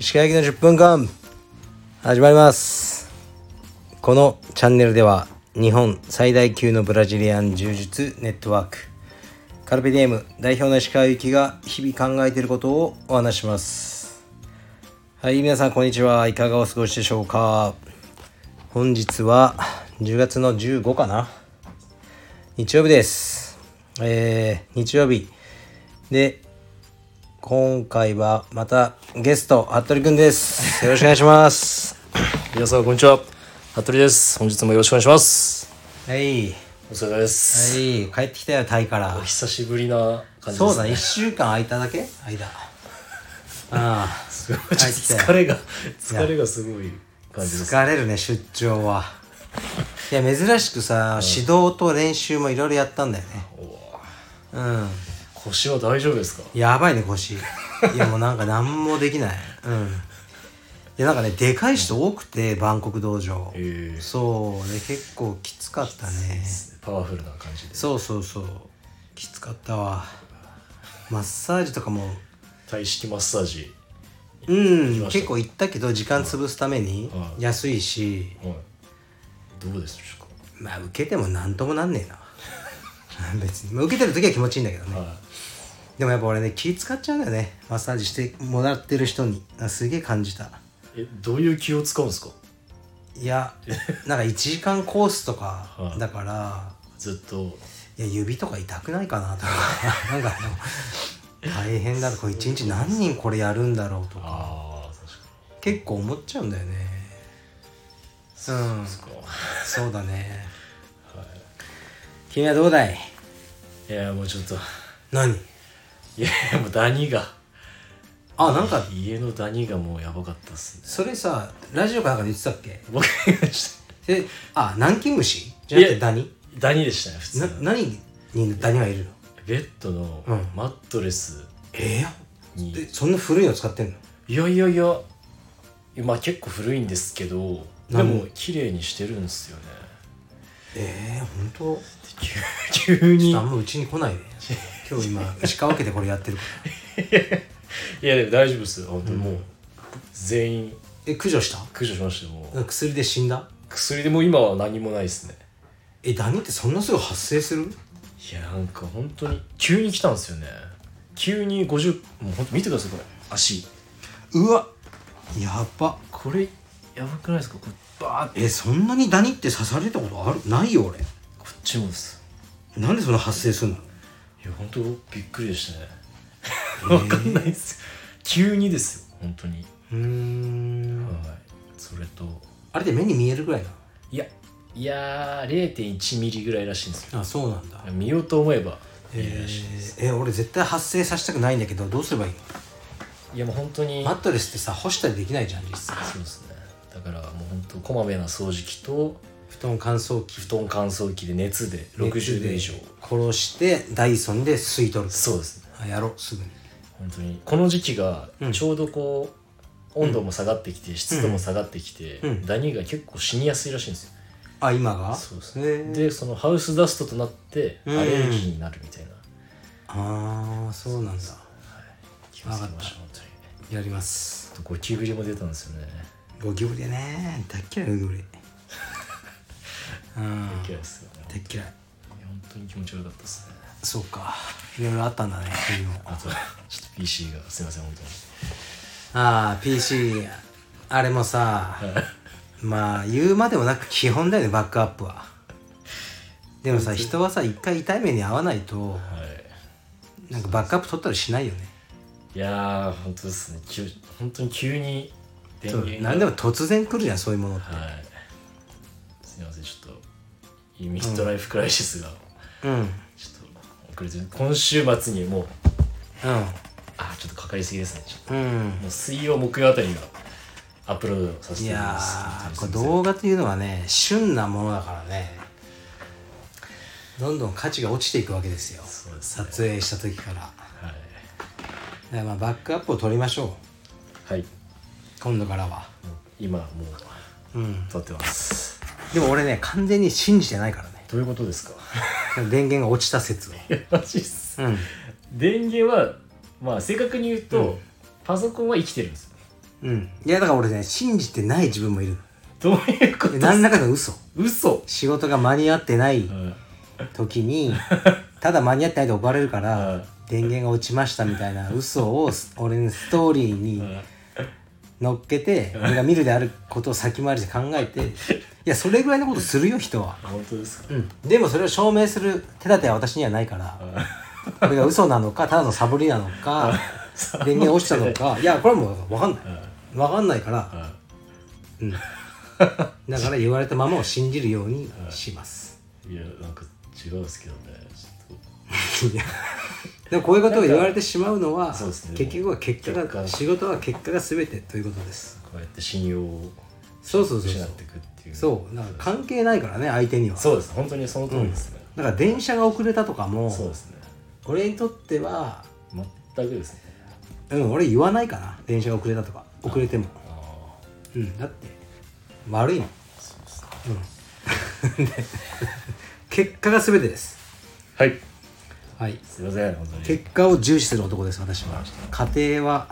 石川焼きの10分間始まりますこのチャンネルでは日本最大級のブラジリアン柔術ネットワークカルペディエム代表の石川行が日々考えていることをお話ししますはい皆さんこんにちはいかがお過ごしでしょうか本日は10月の15かな日曜日ですえー、日曜日で今回はまたゲスト服部くんですよろしくお願いします皆さんこんにちは服部です本日もよろしくお願いします はいはお疲れ様です、い帰ってきたよタイから久しぶりな感じですそうだ1週間空いただけ間ああすごいちょっと疲れが疲れがすごい感じです疲れるね出張はいや珍しくさ、指導と練習もいろいろやったんだよねうん腰は大丈夫ですかやばいね腰いやもうなんか何もできない うんいやなんかねでかい人多くてバンコク道場、へえそうね結構きつかったねパワフルな感じでそうそうそうきつかったわマッサージとかも体式マッサージうん結構行ったけど時間潰すためにはい安いしはいどうでしょまあ受けても何ともなんねえな 別にまあ受けてる時は気持ちいいんだけどうねかはでもやっぱ俺ね気使っちゃうんだよねマッサージしてもらってる人にあすげえ感じたいえどういう気を使うんですかいや なんか1時間コースとかはいだから、ずっとい、や指とか痛くないかなとか なんかでも大変だとか1日何人これやるんだろうとかああ確か結構思っちゃうんだよねうんにそうかそうだ ね君はどうだいいやもうちょっと何いやもうダニがあなんか家のダニがもうやばかったっすねそれさラジオかなんかで言ってたっけ僕がちょっであ南京虫じゃなくいてやダニとダニでしたね普通なの何にダニはいるのベッドのうんマットレスえに、えそんな古いの使ってんのいやいやいやまあ結構古いんですけどでなんも綺麗にしてるんですよねええ本当急 急 にあんまうちに来ないで今日今石川家でこれやってるからいやでも大丈夫ですよ本当にもう、全員え駆除した駆除しましたよもう薬で死んだ薬でもう今は何もないですねえダニってそんなすぐ発生するいやなんか本当に急に来たんですよね急に50もう本当見てくださいこれ足うわやばこれやばくないですかこれバーってえそんなにダニって刺されたことあるないよ俺こっちもですなんでそんな発生するのいや本当びっくりでした ねわかんないです急にですよ本当にうーんはいそれとあれで目に見えるぐらいないやいやー0.1ミリぐらいらしいんですよあそうなんだ見ようと思えばえ見えるらしい、え俺絶対発生させたくないんだけどどうすればいいいやもう本当にのマットレスってさ干したりできないじゃん実際そうですねだからもう本当こまめな掃除機と布団乾燥機布団乾燥機で熱で60度以上殺してダイソンで吸い取るそうですねあやろうすぐに本当にこの時期がうんちょうどこう、温度も下がってきて湿度も下がってきて、うんダニが結構死にやすいらしいんですよあ今がそうですへーねでそのハウスダストとなってアうんレルギーになるみたいなああそうなんだ気がつきました本当にやりますあとゴキブリも出たんですよねゴキブリね大っ嫌いゴキブ リうん気がすよね大っ嫌い本当に気持ち悪かったですねそうかいろいろあったんだね君もあとちょっと PC がすいません本ああ PC あれもさ当にはいまあ言うまでもなく基本だよねバックアップはでもさ人はさ一回痛い目に遭わないとはいなんかバックアップ取ったりしないよねいやー本当ですね急本当に急に電そう源が何でも突然来るじゃんそういうものってはいすいませんちょっとミッドライフクライシスがうんうんちょっと遅れてる今週末にもうあーちょっとかかりすぎですねちょっうんともう水曜木曜あたりがアップロードさせいていただきやますーこれ動画というのはね旬なものだからねどんどん価値が落ちていくわけですよそうですね撮影した時からだかはいらまあバックアップを取りましょうはい今度からはもう今もううん撮ってますでも俺ね完全に信じてないからねどういうことですか電源が落ちた説をいやマジっすうん電源はまあ正確に言うと、パソコンは生きてるんですようんいやだから俺ね信じてない自分もいるどういうことで何らかの嘘嘘仕事が間に合ってないうん時にただ間に合ってないと呼ばれるかうらん電源が落ちましたみたいな嘘をす俺のストーリーに乗っけて俺が見るであることを先回りして考えていやそれぐらいのことするよ人は、本当ですかうん、でもそれを証明する手立ては私にはないからこれが嘘なのかただのサボりなのか電源落ちたのかいやこれはもう分かんない分かんないから、うん、だから言われたままを信じるようにしますいやなんか違うんですけどねちょっいやでもこういうことを言われてしまうのはそうですね結局は結果結が果仕事は結果が全てということですとこうやって信用をそうそうそう失そっうていくっていうそうだから関係ないからね相手にはそうです本当にその通りですね、だから電車が遅れたとかもそうですね俺にとっては全くですねうん俺言わないかな電車が遅れたとか遅れてもああうんだって悪いもんそうですね結果が全てですはいはいすいません本当に結果を重視する男です私は家庭は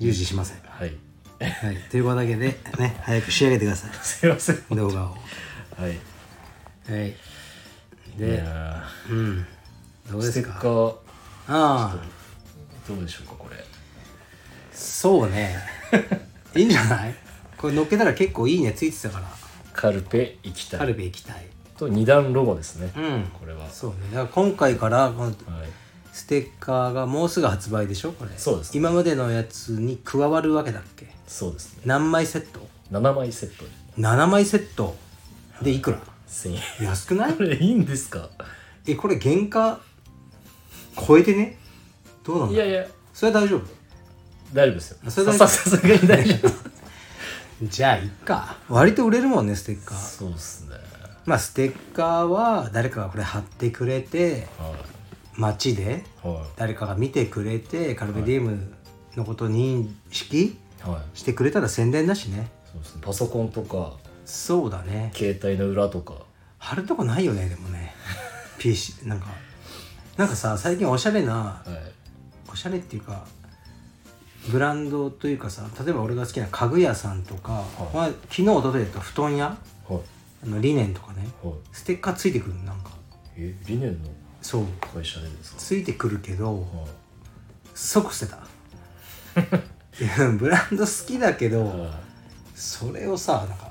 重視しません、はいはい、ということだけでね早く仕上げてくださいすいません動画をはいはい。いで、やうん。どーうでステすッか。カーどああ、うでしょうかこれそうね。いいんじゃない。これ乗っけたら結構いいねついてたから。カルペ行きたカいルベ行きたい。と二段ロゴですね、うん。これはそうね。だから今回からこのはいステッカーがもうすぐ発売でしょこれ。そうですね今までのやつに加わるわけだっけ。そうですね何枚セット7枚セットで ?7 枚セットでいくら1000円 安くないこれいいんですかえ、これ原価超えてねどうなんいだやいやそれは大丈夫大丈夫ですよそれ大さ丈夫ささすがに大丈夫じゃあいっか割と売れるもんねステッカー そうですねまあステッカーは誰かがこれ貼ってくれては街でいは誰かが見てくれてカルベディエムのことを認識いはいしてくれたら宣伝だしねそうですねパソコンとかそうだね携帯の裏とか貼るとこないよねでも ね PC なんかなんかさ最近おしゃれなはいおしゃれっていうかブランドというかさ例えば俺が好きな家具屋さんとか、まあ、昨日一昨日だと布団屋はいあのリネンとかねはいステッカーついてくるのなんかえ理念のそう会社でですかついてくるけど、はい即捨てたいやブランド好きだけど、はそれをさなんか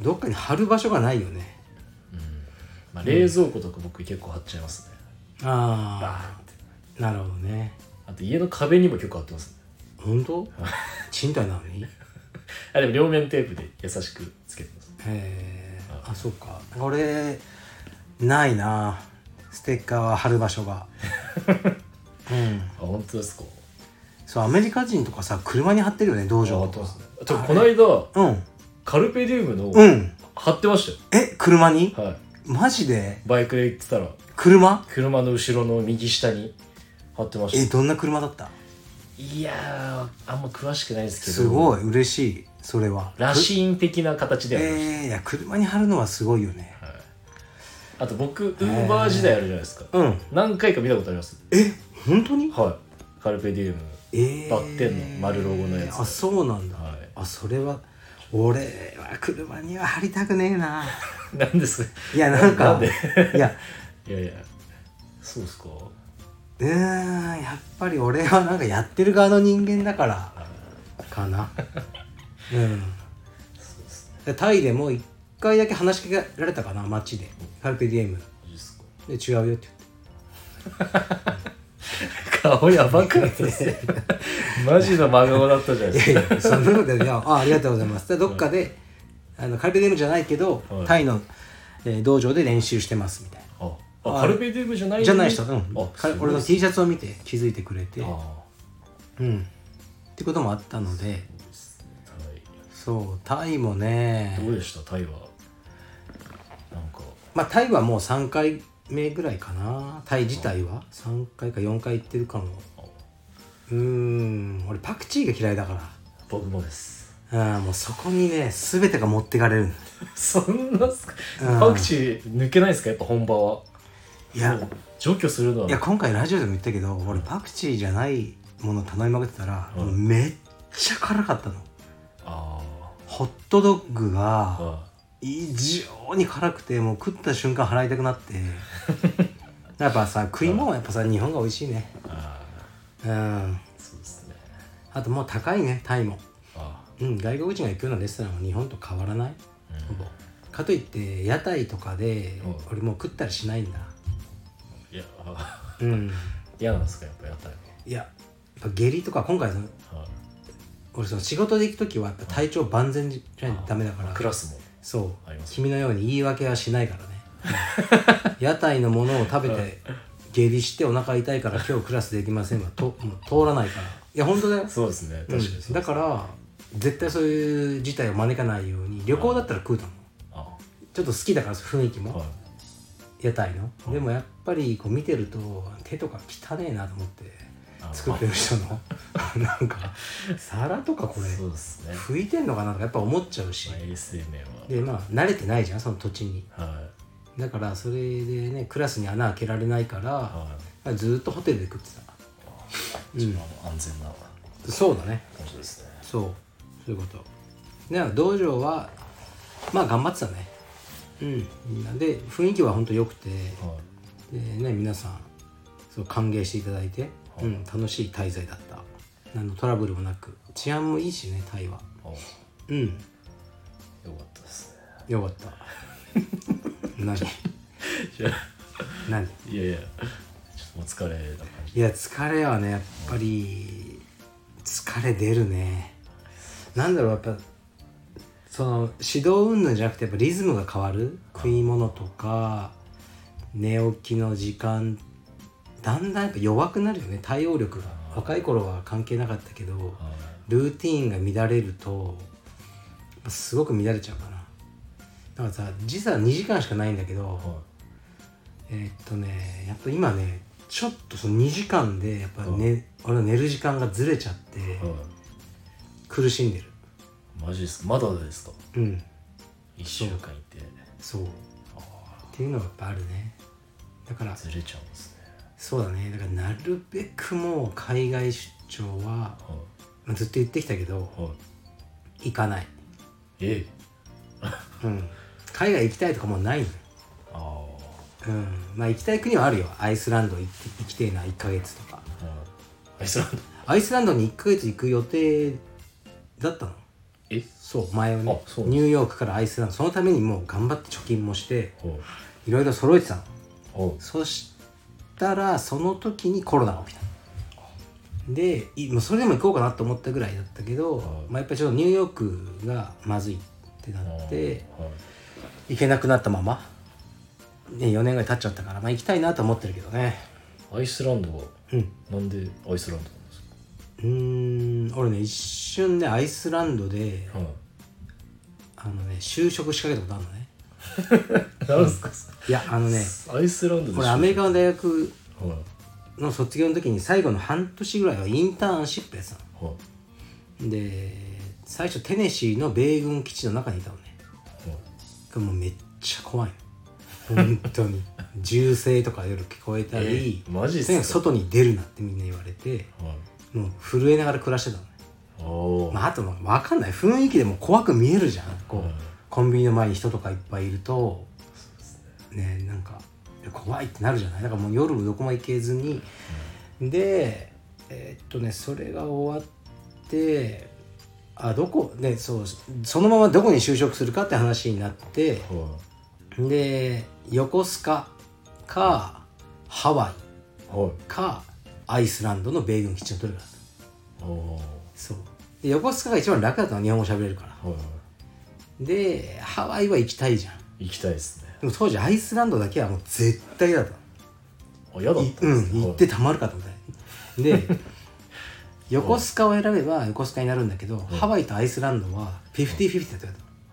どっかに貼る場所がないよねいうんまあ冷蔵庫とか僕結構貼っちゃいますねあバーンってあなるほどねあと家の壁にも結構貼ってますね本当賃貸なのにあでも両面テープで優しくつけてますえー、あそうか俺ないなステッカーは貼る場所 がうんあ本当ですかそうアメリカ人とかさ車に貼ってるよね道場とかあちょこの間うんカルペディウムのうん貼ってましえ車にたよはいマジでバイクで行ってたら車車の後ろの右下に貼ってまえしたどんな車だったいやーあんま詳しくないですけどすごい嬉しいそれは羅針的な形でえはありましー、いや車に貼るのはすごいよねた、はい、あと僕ウーバー時代あるじゃないですか、うん何回か見たことありますえ本当にはいカルペディウムえー、バッテンの丸ロゴのやつあそうなんだ、はいあそれは俺は車には貼りたくねえ ななんですいやなんかなんでいやいやいやそうですかうーんやっぱり俺はなんかやってる側の人間だからか なうんそうですねでタイでも一回だけ話しかけられたかな街でカルペディエムマジですかで違うよって顔やばくなったっすね マジの真顔だったじゃないいやですいかやそんなことでいやあありがとうございますでどっかで、あのカルペディエムじゃないけど、はいタイの、えー道場で練習してますみたいああカルペディウムじゃないのなにじゃない人、うん、あかすごい俺の T シャツを見て気づいてくれてあうんってこともあったのでタそうタイもイねどうでしたタイはなんかまあタイはもう3回目ぐらいかなタイ自体は3回か4回行ってるかもあうーん俺パクチーが嫌いだから僕もですあもうそこにね全てが持ってかれる そんなっすかうんパクチー抜けないですかやっぱ本場はいやもう除去するのはいや今回ラジオでも言ったけど俺パクチーじゃないもの頼みまくってたら、うんもうめっちゃ辛かったのホットドッグがあ異常に辛くてもう食った瞬間払いたくなって やっぱさ食い物はやっぱさ日本が美味しいねあうんそうですねあともう高いねタイもあうん外国人が行くようなレストランは日本と変わらないあ、うんほぼかといって屋台とかでうん俺もう食ったりしないんだいやあうん嫌なんですかやっぱ屋台いややっぱ下痢とか今回そのは俺その仕事で行く時はやっぱ体調万全じゃないとダメだからいクラスもそうあります君のように言い訳はしないから ね屋台のものを食べて下痢してお腹痛いから今日クラスできませんはともう通らないからいや本当だよ、そうですね確うかにそうでん、す、だから絶対そういう事態を招かないように旅行だったら食うと思うあちょっと好きだから雰囲気もはい屋台のうんでもやっぱりこう見てると手とか汚ねえなと思ってあ作ってる人の なんか皿とかこれそうですね拭いてんのかなとかやっぱ思っちゃうしまあ ASMR でまあ慣れてないじゃんその土地にははいだからそれでねクラスに穴開けられないからはずーっとホテルで食ってい一番安全な感たそうだねじですねそうそういうことで道場はまあ頑張ってたねうんみんなで雰囲気はほんと良くてはでね皆さんそう歓迎していただいて、はいうん、楽しい滞在だった何のトラブルもなく治安もいいしねタイはいあうんよかったですねよかった 何いや何いやいやちょっとお疲れな感じいや疲れはねやっぱり疲れ出るねなんだろうやっぱその指導運動じゃなくてやっぱリズムが変わる食い物とか寝起きの時間だんだんやっぱ弱くなるよね対応力が若い頃は関係なかったけどはいルーティーンが乱れるとやっぱすごく乱れちゃうかなだからさ時差2時間しかないんだけど、はえーっとねやっぱ今ねちょっとその2時間でやっぱ、ね俺の寝る時間がずれちゃっていは苦しんでるいマジですかまだですかうん一週間いてそうっあていうのがやっぱあるねだからあずれちゃうんですねそうだねだからなるべくもう海外出張ははまあずっと言ってきたけどいはい行かない、えうん、海外行きたいとかもうないのよああはうんまあ行きたい国はあるよアイスランド行って行きてえな1ヶ月とかいアイスランドアイスランドに1ヶ月行く予定だったのえそう前はねあそうなんですニューヨークからアイスランドそのためにもう頑張って貯金もしてはいいろいろ揃えてたのはいそしたらその時にコロナが起きたでいもうそれでも行こうかなと思ったぐらいだったけど、はいまあ、やっぱりちょっとニューヨークがまずいってなってはい行けなくなったまま、ね、4年ぐらい経っちゃったから、まあ、行きたいなと思ってるけどねアイスランドはうんなんでアイスランドなんですうーん俺ね一瞬ねアイスランドでか、はいあのね就職仕掛けたことあるのねなんですかいやあのねアイスランドでこれアメリカカの大学はいの卒業の時に最後の半年ぐらいはインターンシップやってたはいので最初テネシーの米軍基地の中にいたのねもうめっちゃ怖いの本当 に銃声とか夜聞こえたり、えマジっすとかにかく外に出るなってみんな言われてはいもう震えながら暮らしてたのね、おお、まあ、あと分かんない雰囲気でも怖く見えるじゃんこう、はいコンビニの前に人とかいっぱいいるとねなんか怖いってなるじゃないだからもう夜もどこも行けずに、でえーっとねそれが終わってあどこねそうそのままどこに就職するかって話になってはで横須賀かハワイいはいかアイスランドの米軍基地のどれかだったおおそうで横須賀が一番楽だったの日本語喋れるからはいはでハワイは行きたいじゃんい行きたいですねでも当時アイスランドだけはもう絶対だったのあ嫌だっいたうんですん行ってたまるかと思った で横須賀を選べば横須賀になるんだけど、ハワイとアイスランドは50-50だって言われた、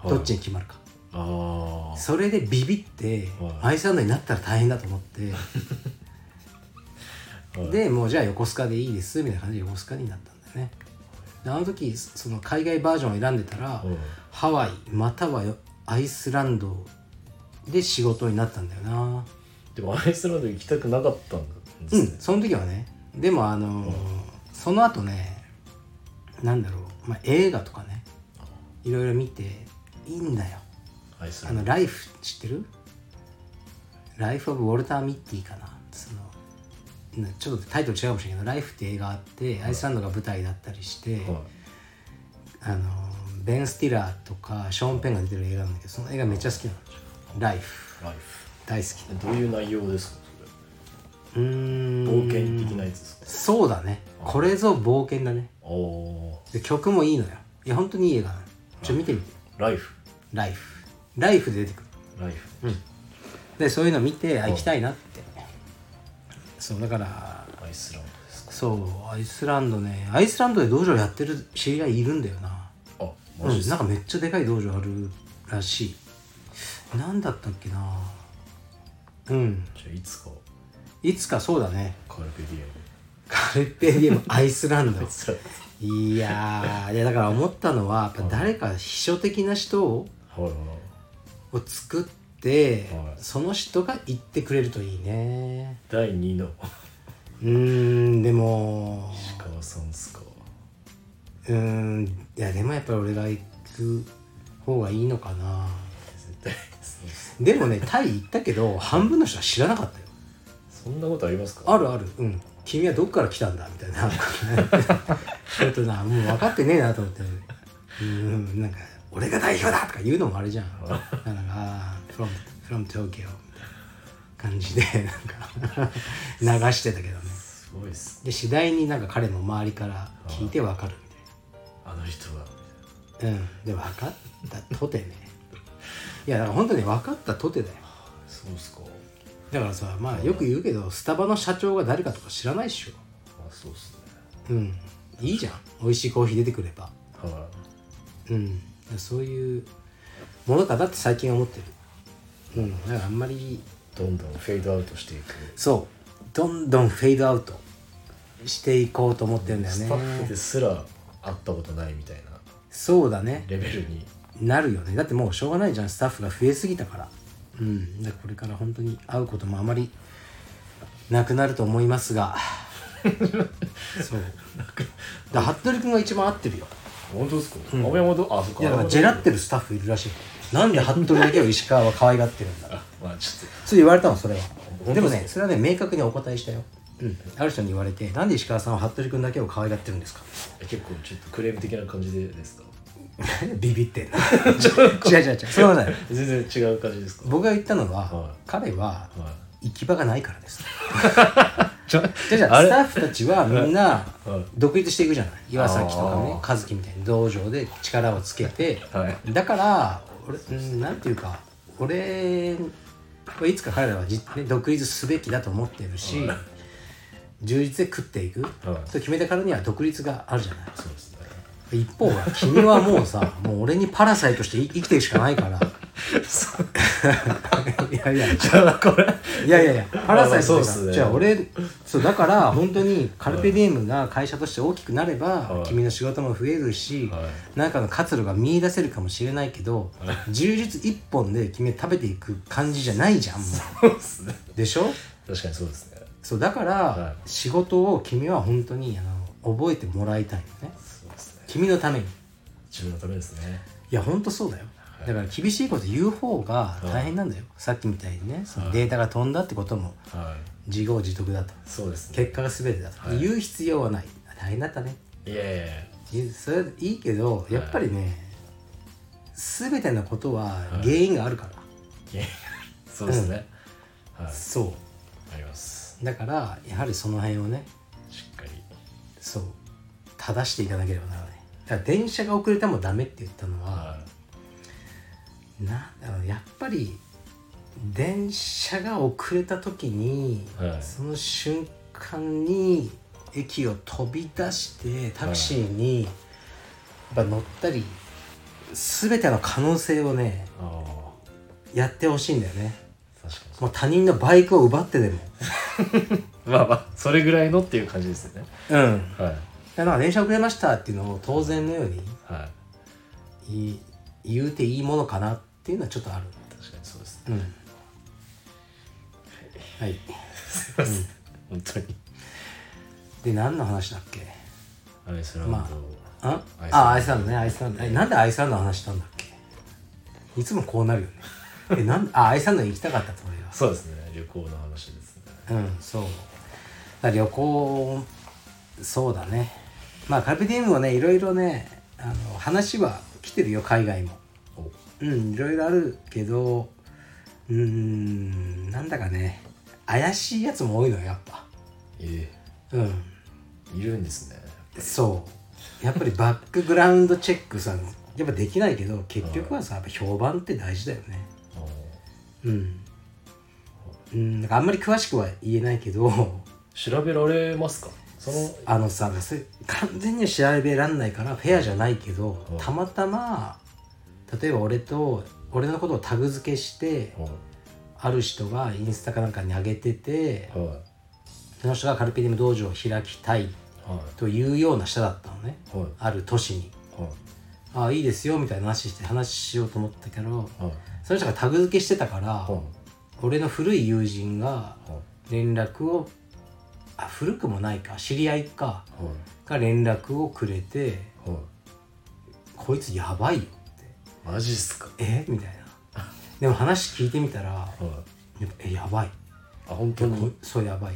はいどっちに決まるかああそれでビビって、はいアイスランドになったら大変だと思って、 はいでもうじゃあ横須賀でいいですみたいな感じで横須賀になったんだよねであの時その海外バージョンを選んでたら、はいハワイまたはよアイスランドで仕事になったんだよなでもアイスランド行きたくなかったんでうすんね、その時はねでもあのーその後ねなんだろう、まあ、映画とかねいろいろ見ていいんだよ愛すあるの「ライフ」知ってるライフ・オブ・ウォルター・ミッティかなそのなちょっとタイトル違うかもしれないけど「ライフ」って映画あってアイスランドが舞台だったりして、はあのベン・スティラーとかショーン・ペンが出てる映画なんだけどその映画めっちゃ好きなの「ライフいライフ」大好きえどういう内容ですかうーそれん冒険的なやつですかそうだねこれぞ冒険だねおおで曲もいいのよいや本当にいい映画なのちょ見てみてーライフ「ライフ」「ライフ」で出てくるライフでそういうの見てあ行きたいなってそうだからアイスランドですかそうアイスランドねアイスランドで道場やってる知り合いいるんだよなあうマジでんすなんかかめっちゃでかい道場あるらしいなんだったっけなうんじゃあいつかいつかそうだねカルペディエムカルペディエムアイスラン ドアイスランいやーいやだから思ったのはやっぱ誰か秘書的な人をドはいはを作ってはいその人が行ってくれるといいねい第2のうーんでも石川さんですかうーんいやでもやっぱり俺が行く方がいいのかな絶対そうですでもねタイ行ったけど半分の人は知らなかったよそんなことありますかあるあるうん君はどっから来たんだみたいな ちょっとなもう分かってねえなと思ってうんなんか俺が代表だとか言うのもあれじゃんなんかあー from, from Tokyo みたいな感じでなんか 流してたけどねすごいっすで次第になんか彼の周りから聞いて分かるみたいなあの人がうんで分かったとてねいやだから本当に分かったとてだよそうっすかだからさまあよく言うけどスタバの社長が誰かとか知らないっしょあそうっすねうんいいじゃん美味しいコーヒー出てくればはうんそういうものかなって最近は思ってるうんだからあんまりいどんどんフェードアウトしていくそうどんどんフェードアウトしていこうと思ってるんだよスタッフねですら会ったことないみたいなそうだねレベルになるよねだってもうしょうがないじゃんスタッフが増えすぎたからうんでこれから本当に会うこともあまりなくなると思います がそうだから服部君が一番合ってるよ本当ですか青山どあそっかいやだから青山ジェラってるスタッフいるらしいなんで服部だけを石川は可愛がってるんだあまあちょっ とそう言われたのそれは当でもねそれはね明確にお答えしたようん、ある人に言われて「なんで石川さんは服部君だけを可愛がってるんですか?え結構ちょっとクレーム的な感じでですか」 ビビってんな 違う違う違うそれ はない全然違う感じですか僕が言ったのは、はい彼はは行き場がないからですいちじょゃあじゃああれスタッフたちはみんなはい独立していくじゃない岩崎とかねあ和樹みたいに道場で力をつけて、はいだから俺うんなんていうか俺はいつか彼らはじ、ね、独立すべきだと思ってるし、充実で食っていく、いと決めたからには独立があるじゃないそうですね一方は君はもう さもう俺にパラサイとして生生きてるしかないから いやいやじゃあこれいやいやいや、パラサイそトうだっかすらねじゃあ俺、そうだから本当にカルペディエムが会社として大きくなればは、い君の仕事も増えるしは、なんかの活路が見出せるかもしれないけど、柔術一本で君は食べていく感じじゃないじゃん、もそうですねう。でしょ確かにそうですねそう、だからは仕事を君は本当にあの覚えてもらいたいのね。そうですね君のために。自分のためですねいや本当そうだよだから厳しいこと言う方が大変なんだよ、さっきみたいにねそのデータが飛んだってこともはい自業自得だとそうですね結果が全てだと、はい言う必要はない大変だったねいやいやいやいそれいいけどやっぱりね、全てのことははい原因があるから、いやそうですねはいそありますうだからやはりその辺をねしっかりそう正していかなければならないだから電車が遅れてもダメって言ったのは、はなんだろうやっぱり電車が遅れた時に、はいその瞬間に駅を飛び出してタクシーにやっぱ乗ったり全ての可能性をねいあやってほしいんだよねあ確かにもう他人のバイクを奪ってでもまあまあそれぐらいのっていう感じですよねうんはいだから電車遅れましたっていうのを当然のようにはい言い言うていいものかなっていうのはちょっとある確かにそうですねうんはいすいません本当にで何の話だっけアイスランド、まあアイスランドあアイスランドねアイスランドえなんでアイスランドの話したんだっけいつもこうなるよねえなんであアイスランドに行きたかったと思いますそうですね旅行の話ですねうんそうだから旅行そうだねまあカルピディウムもねいろいろねあの話は来てるよ海外もおうんいろいろあるけどうーんなんだかね怪しいやつも多いのよやっぱえうんえいるんですねそうやっぱりバックグラウンドチェックさやっぱできないけど結局はさやっぱ評判って大事だよねあうん、うん、なんかあんまり詳しくは言えないけどー調べられますかそのあのさそれ完全には調べらんないからフェアじゃないけどうんたまたま例えば俺と俺のことをタグ付けしてはいある人がインスタかなんかに上げててはいその人がカルペディウム道場を開きたいはというような人だったのねいはいある都市にはいああいいですよみたいな話して話しようと思ったけどはいその人がタグ付けしてたから、は俺の古い友人がいはい連絡をあ古くもないか知り合いかはいが連絡をくれてはい「こいつやばいよ」ってマジっすか「えみたいなでも話聞いてみたら「はいやっぱえやばいあ本当にこそうやばい」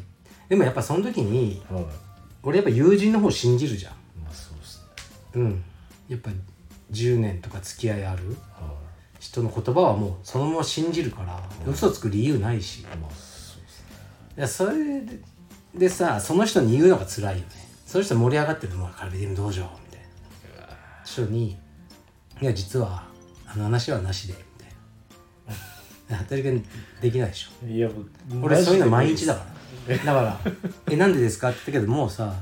でもやっぱその時にはい俺やっぱ友人の方信じるじゃんまあそうっすねうんやっぱ10年とか付き合いあるは人の言葉はもうそのまま信じるから嘘つく理由ないしいまあそうっすねいやそれででさその人に言うのが辛いよねその人盛り上がってるのはカルビディウム道場みたいな人に「いや実はあの話はなしで」みたいな「働きができないでしょいや僕俺そういうの毎日だはからだから「えなんでですか?」って言ったけどもうさ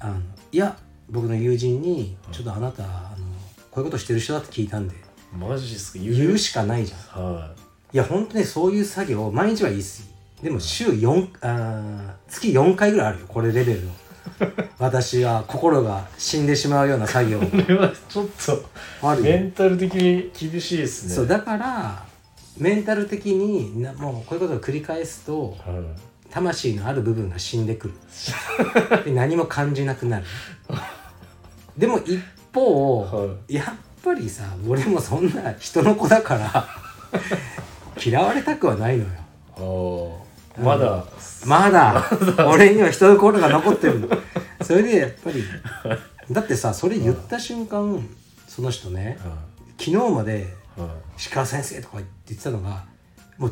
あのいや僕の友人に「ちょっとあなたあのこういうことしてる人だって聞いたんでいマジっすか」言うしかないじゃんはいや本当ねそういう作業毎日は言い過ぎでも週4あー月4回ぐらいあるよこれレベルの私は心が死んでしまうような作業いこれはちょっあとるよメンタル的に厳しいですねそうだからメンタル的になもうこういうことを繰り返すとは魂のある部分が死んでくるで何も感じなくなるでも一方、はやっぱりさ俺もそんな人の子だから嫌われたくはないのよいああまだまだ俺には人の心が残ってるのそれでやっぱりだってさそれ言った瞬間その人ねは昨日までいはい「石川先生」とか言ってたのがも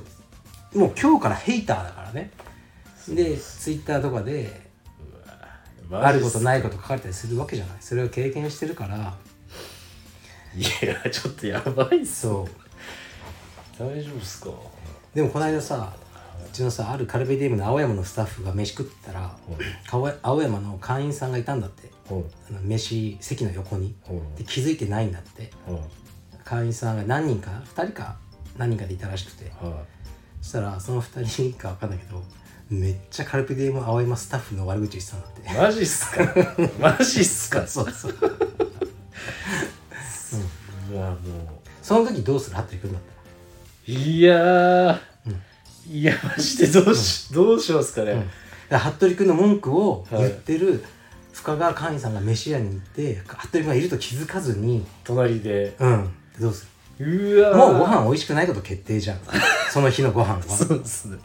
うもう今日からヘイターだからねでツイッターとかであることいないこと書かれたりするわけじゃないそれを経験してるからいやちょっとやばいっすそう大丈夫っすかでもこの間さうちのさあるカルベディウムの青山のスタッフが飯食ってたらかわい青山の会員さんがいたんだってはいあの飯席の横にはいで気づいてないんだってはい会員さんが何人か2人か何人かでいたらしくてはそしたらその2人か分かんないけどめっちゃカルピディウム青山スタッフの悪口言ってたんだっていマジっすかマジっすかそうそううわもその時どうする服部君だっういやーいやマジでどうしどうしますかねたら服部君の文句を言ってる深川会員さんが飯屋に行って服部君がいると気づかずに隣でうんどうすうわるーもうご飯美味しくないこと決定じゃんその日のご飯はそうっすね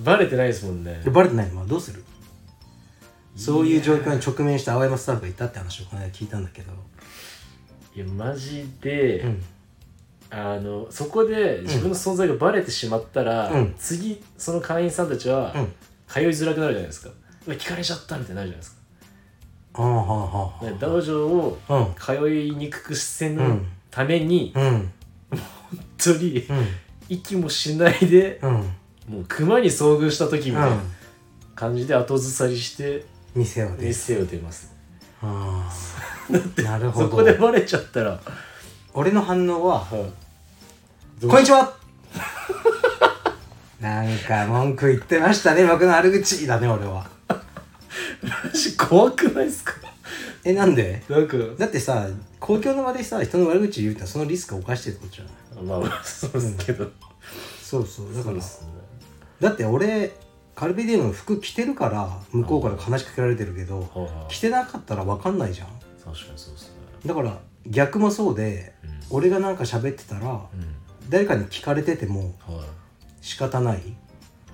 バレてないですもんねでバレてないまあどうするそういう状況に直面した青山スタッフがいたって話をこの間聞いたんだけどいやマジで、うんあのそこで自分の存在がバレてしまったら、うん次その会員さんたちはうん通いづらくなるじゃないですか、うわ聞かれちゃったみたいになるじゃないですああはあはか、ね道場をあは通いにくくせうぬんために、あうんうん本当にうん息もしないで、うんもう熊に遭遇した時みたいうなん感じで後ずさりして店をです店を出ます、ああなるほそこでどバレちゃったら、俺の反応は「どうこんにちは! 」なんか文句言ってましたね僕の悪口だね俺はマジ怖くないですかえなんでなんかだってさ公共の場でさ人の悪口言うってのはそのリスクを犯してるってことじゃないまあそうですけど、そうそうだそかうらですねだって俺カルビディウムの服着てるから向こうから話しかけられてるけどはいはい着てなかったら分かんないじゃん確かにそうですねだから逆もそうで俺がなんか喋ってたらうん、誰かに聞かれててもうん、はい仕方ない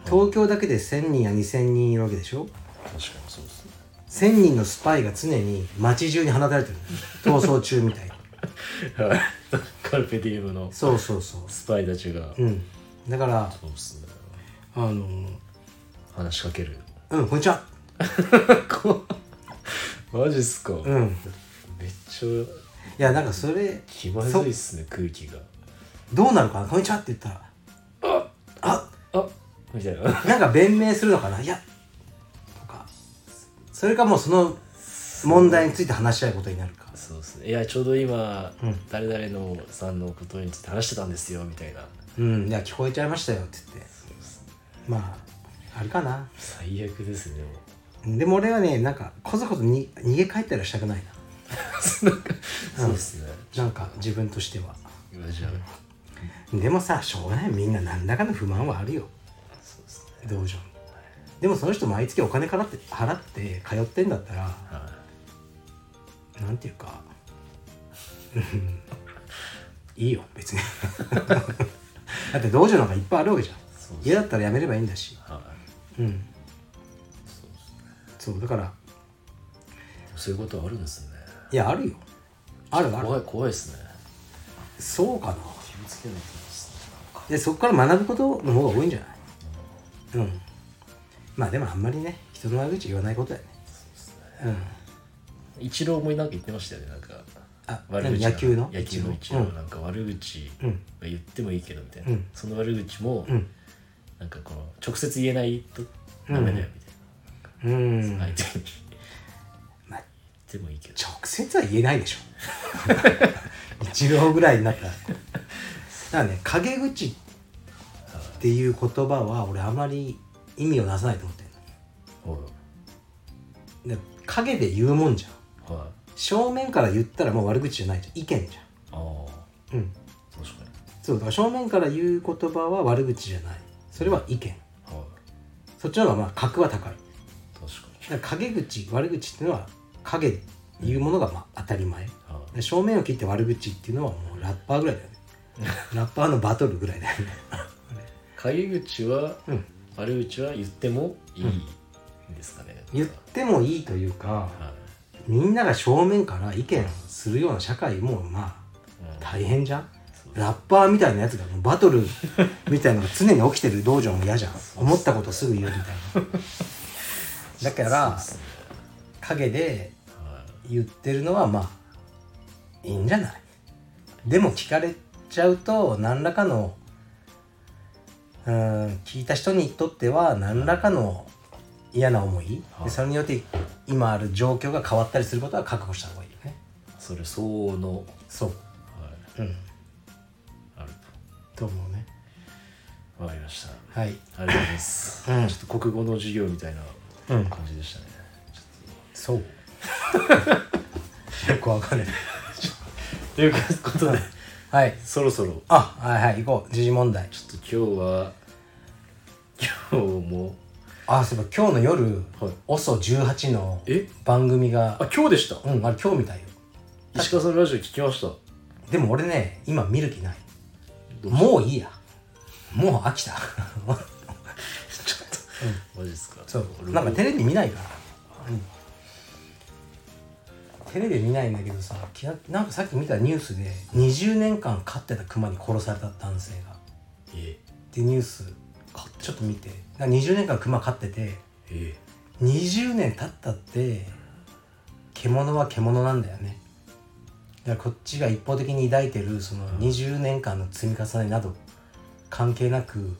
東京だけで1000人や2000人いるわけでしょ確かにそうですね1000人のスパイが常に街中に放たれてる逃走中みた いなはいカルペディウムのそうそうそうスパイたちが、うんだからそうですねあの話しかけるうんこんにちはこマジっすか、うんめっちゃいやなんかそれ気まずいっすね空気がどうなるかなこんにちはって言ったらああみたいななんか弁明するのかないやとかそれかもうその問題について話し合うことになるかそうですねいやちょうど今、うん誰々のさんのことについて話してたんですよみたいなうんいや聞こえちゃいましたよって言ってまああれかな最悪ですねもでも俺はねなんかこそこそに逃げ帰ったりはしたくないうなんかそうですね、ななんか自分としては今じゃあでもさしょうがないみんな何らかの不満はあるよそうですね道場にでもその人毎月お金払って払って通ってんだったらはなんていうかうんいいよ別に だって道場なんかいっぱいあるわけじゃんいそうです家だったらやめればいいんだしはいうんそうですねそうだからでもそういうことあるんですねいやあるよあるある怖い怖いですねそうかな気をつけないとですねなんかでそこから学ぶことの方が多いんじゃないうんまあでもあんまりね人の悪口言わないことだよねそうですねうん一郎もなんか言ってましたよねなんかあ悪口何野球の野球の一う郎んなんか悪口うがん言ってもいいけどみたいな、うんその悪口も、うんなんかこの直接言えないとダメだよみたいうん、な、相手にまあ言ってもいいけど直接は言えないでしょ 一郎ぐらいになったらだからね陰口っていう言葉は俺あまり意味をなさないと思ってはるで陰で言うもんじゃんいはい正面から言ったらもう悪口じゃないじゃん意見じああゃんうん確かそうだから正面から言う言葉は悪口じゃないそれは意見にはいそっちの方がまあ格は高い確かだから陰口悪口っていうのは陰で言うものがまあ当たり前にはいで正面を切って悪口っていうのはもうラッパーぐらい だよねラッパーのバトルぐらいだよね陰口は、うん悪口は言ってもいいんですかね、言ってもいいというかはい、みんなが正面から意見するような社会もまうんあ大変じゃんそうラッパーみたいなやつがもうバトルみたいなのが常に起きてる道場も嫌じゃん思ったことすぐ言うみ たいなだからそうっすね陰では言ってるのはまあいいんじゃないでも聞かれちゃうと何らかのうーん聞いた人にとっては何らかの嫌な思い、はいでそれによって今ある状況が変わったりすることは覚悟した方がいいよねい、それ相応の、はそうい、うんあると思うねとわかりましたはいありがとうございます、うんちょっと国語の授業みたいなうん感じでしたね、ちょっそう よくわかんないとということではいそろそろあはいはい行こう時事問題ちょっと今日は今日もあそういえば今日の夜はい OSO18 のえ番組があ今日でしたうんあれ今日みたいよ石川さんのラジオ聞きましたでも俺ね今見る気ないどうもういいやもう飽きたちょっと、マジですか そう俺なんかもテレビ見ないから、テレビ見ないんだけどさ気がなんかさっき見たニュースで20年間飼ってたクマに殺された男性がっえてニュースちょっと見てなんか20年間クマ飼っててえ20年経ったって獣は獣なんだよねだからこっちが一方的に抱いてるその20年間の積み重ねなど関係なく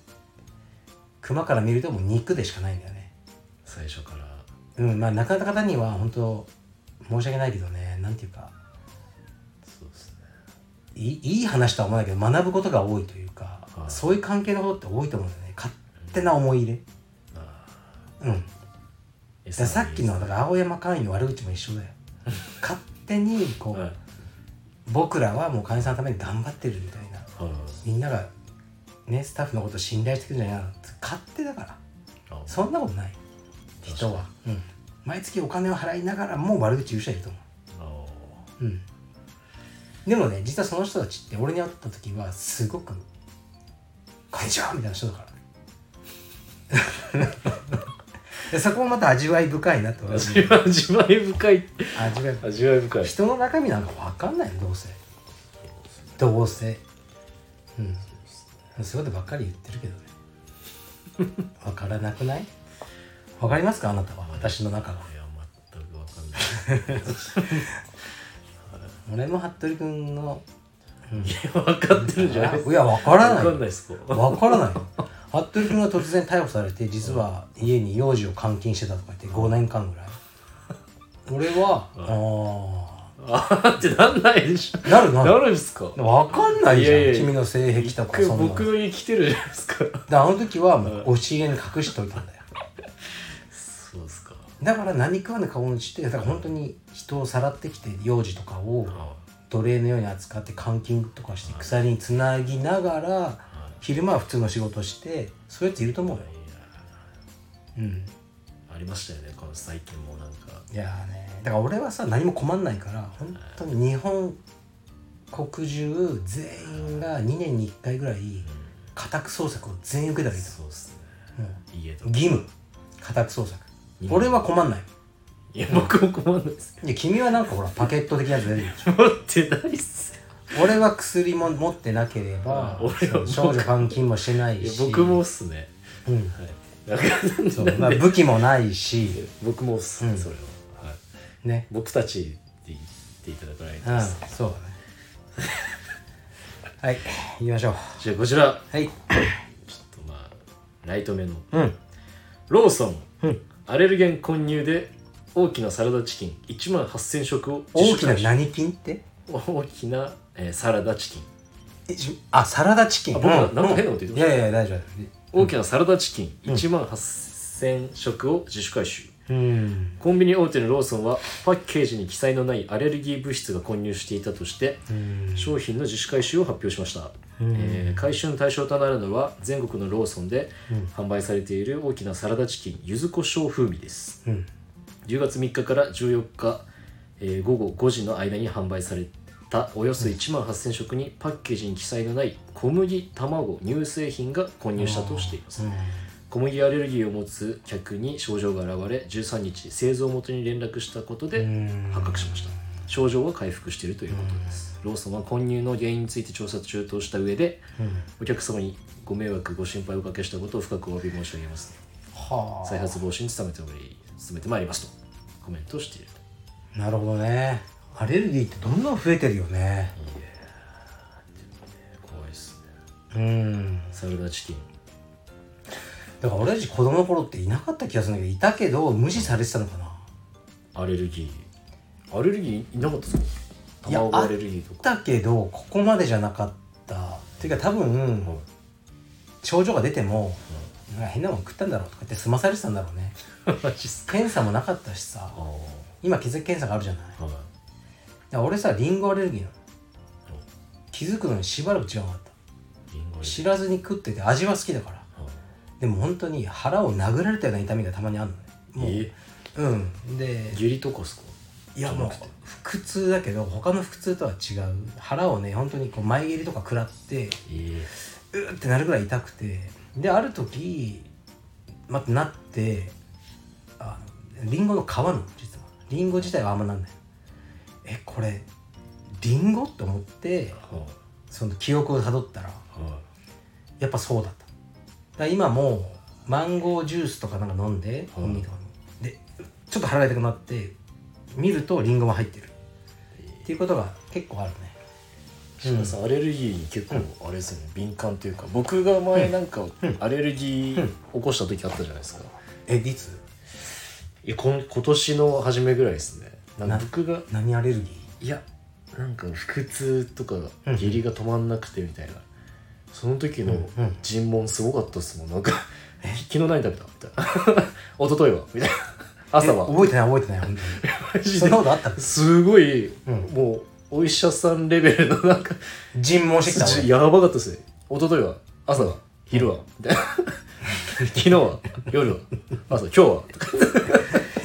熊から見るともう肉でしかないんだよね最初からうんまあなかなか方には本当申し訳ないけどねなんていうかそうですねいいいい話とは思わないけど学ぶことが多いというか、はいそういう関係のことって多いと思うんだよね勝手な思い入れああうんだからさっきのだから青山会員の悪口も一緒だよ勝手にこう、はいはい僕らはもう会員さんのために頑張ってるみたいなみんながねスタッフのことを信頼してくるんじゃないかなって勝手だからあそんなことない人は、うん、毎月お金を払いながらも悪口言う人はいると思あーう、うん、でもね実はその人たちって俺に会った時はすごく「こんにちは」みたいな人だからでそこもまた味わい深いなと思う味わ味わい深い味わい深い味わい深い人の中身なんか分かんないよどうせどうせうんそういうことばっかり言ってるけどね 分からなくない分かりますかあなたは私の中がいや全くわかんない俺も服部君のい や分かってるいじゃないですや分からないわかんないっすか分からないよ服部君が突然逮捕されて実は家に幼児を監禁してたとか言って5年間ぐらい俺はああーってなんないでしょあなるななるるんすか分かんないじゃんいやいや君の性癖とかそんなの僕の家来てるじゃないですかであの時はもう押し入れに隠しておいたんだよそうですかだから何食わぬ顔にしてだから本当に人をさらってきて幼児とかをあ奴隷のように扱って監禁とかして鎖につなぎながら昼間は普通の仕事してそういうやついると思うよいやうんありましたよねこの最近もなんかいやーねだから俺はさ何も困んないから本当に日本国中全員が2年に1回ぐらい家宅捜索を全員受けたらいいとそうっす思うね家とうんか義務家宅捜索義務俺は困んないいや僕も困んないっすいや君はなんかほらパケット的なやつ出てくるでし 持ってないっすょ俺は薬も持ってなければあ俺はそう少女監禁もしてないいやし僕もっすねうんはいなんかそうまあ、武器もないし僕もっすうんねそれははいね僕たちって言っていただかないとうでんすそうだねはい行きましょうじゃあこちらはいちょっとまあライト目のうんローソン、うんアレルゲン混入で大きなサラダチキン1万8000食を大きな自主回何菌って収 大きな、えーサラダチキンえじあサラダチキンあ僕はうなんか変なこと言ってましたいやいや大丈夫大きなサラダチキン1万8000食を自主回収、うんコンビニ大手のローソンはパッケージに記載のないアレルギー物質が混入していたとしてうん商品の自主回収を発表しました、えー回収の対象となるのは全国のローソンで販売されている大きなサラダチキン柚子胡椒風味ですうん10月3日から14日、えー午後5時の間に販売されたおよそ1万8000食にパッケージに記載のない小麦卵乳製品が混入したとしています小麦アレルギーを持つ客に症状が現れ13日製造元に連絡したことでうん発覚しました症状は回復しているということですローソンは混入の原因について調査中とした上でうんお客様にご迷惑ご心配をおかけしたことを深くお詫び申し上げますは再発防止に努めており努めてまいりますとコメントをしているあなるほどねアレルギーってどんどん増えてるよね怖いっすうねんサラダチキンだから俺たち子供の頃っていなかった気がするんだけどいたけど無視されてたのかなアレルギーアレルギーいなかったっすかいや卵アレルギーとだかけどここまでじゃなかったっていうか多分はい症状が出てもなんか変なもん食ったんだろうとかって済まされてたんだろうねマジっすか検査もなかったしさあ今血液検査があるじゃないだあはいから俺さリンゴアレルギーなの気づくのにしばらく時間があったリンゴアレルギ知らずに食ってて味は好きだからーはいでも本当に腹を殴られたような痛みがたまにあるのねもうえうんで下痢とかっすかいやもう腹痛だけど他の腹痛とは違う腹をね本当にこう前蹴りとか食らってえうーってなるぐらい痛くてである時まあなってあのリンゴの皮の実はリンゴ自体はあんまなんないえこれリンゴと思ってえはいその記憶をたどったらはやっぱそうだっただから今もうマンゴージュースとかなんか飲んで、はい海とかにでちょっと腹が痛くなって見るとリンゴも入ってるっていうことが結構あるねい志村さん、アレルギーに結構あれですね、敏感というか僕が前なんかアレルギー起こした時あったじゃないですか、えいついやこん今年の初めぐらいですねなんなか僕が何アレルギいやなんか腹痛とかうん下痢が止まんなくてみたいな、その時のうんうん尋問すごかったっすもんなんか「昨日何食べた?」みたいな 「一昨日は?」みたいな「ー朝えは?覚えてない覚えてない本マ当に ジそんでな」ことあったすごい、うんもうお医者さんレベルのなんか尋問してきたじ 俺やばかったっすね一昨日は朝は、昼は、みたいな 昨日は夜は朝今日はとか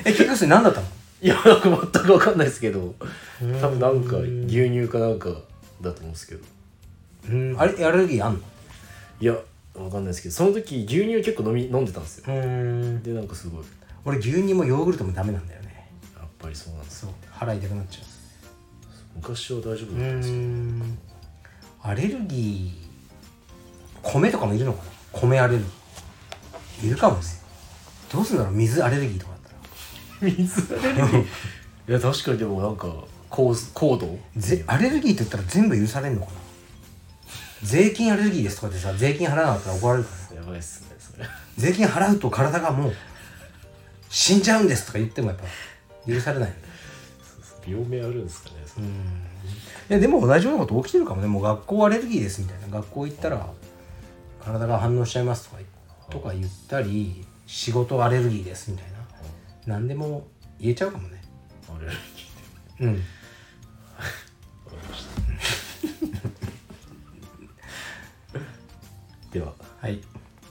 え結局それ何だったのいやなんか全く分かんないですけど多分なんか牛乳かなんかだと思うんですけどうんあれアレルギーあんのいや分かんないですけどその時牛乳結構飲み飲んでたんですようんでなんかすごい俺牛乳もヨーグルトもダメなんだよねやっぱりそうなんですそう腹痛くなっちゃう昔は大丈夫うだったんですけどんアレルギー米とかもいるのかな米アレルギーいるかもねどうするんだろう水アレルギーとかだったら水アレルギー いや確かにでもなんか高高度ぜアレルギーって言ったら全部許されるのかな税金アレルギーですとかでさ税金払わなかったら怒られるからねやばいっすねそれ税金払うと体がもう死んじゃうんですとか言ってもやっぱ許されないよね病名あるんですかねそれいやでも同じようなこと起きてるかもねもう学校アレルギーですみたいな学校行ったら体が反応しちゃいますとかとか言ったり仕事アレルギーですみたいな何でも言えちゃうかもねアレルギーってうんわかりましたでははい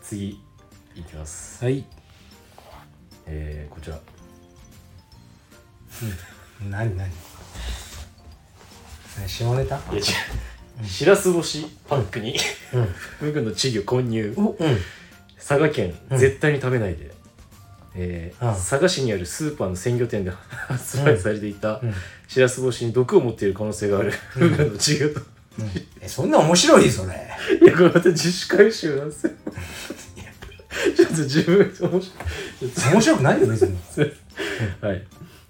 次いきますはいえー、こちら何何何下ネタいや違う しらす干しパックにうんフグの稚魚混入おうん佐賀県うん絶対に食べないで、えーうん佐賀市にあるスーパーの鮮魚店で 発売されていたうんしらす干しに毒を持っている可能性がある フグの稚魚と、えそんな面白いそれいやこれまた自主回収なんですよちょっと自分が面白いちょっと面白くないよ別にすいませんはい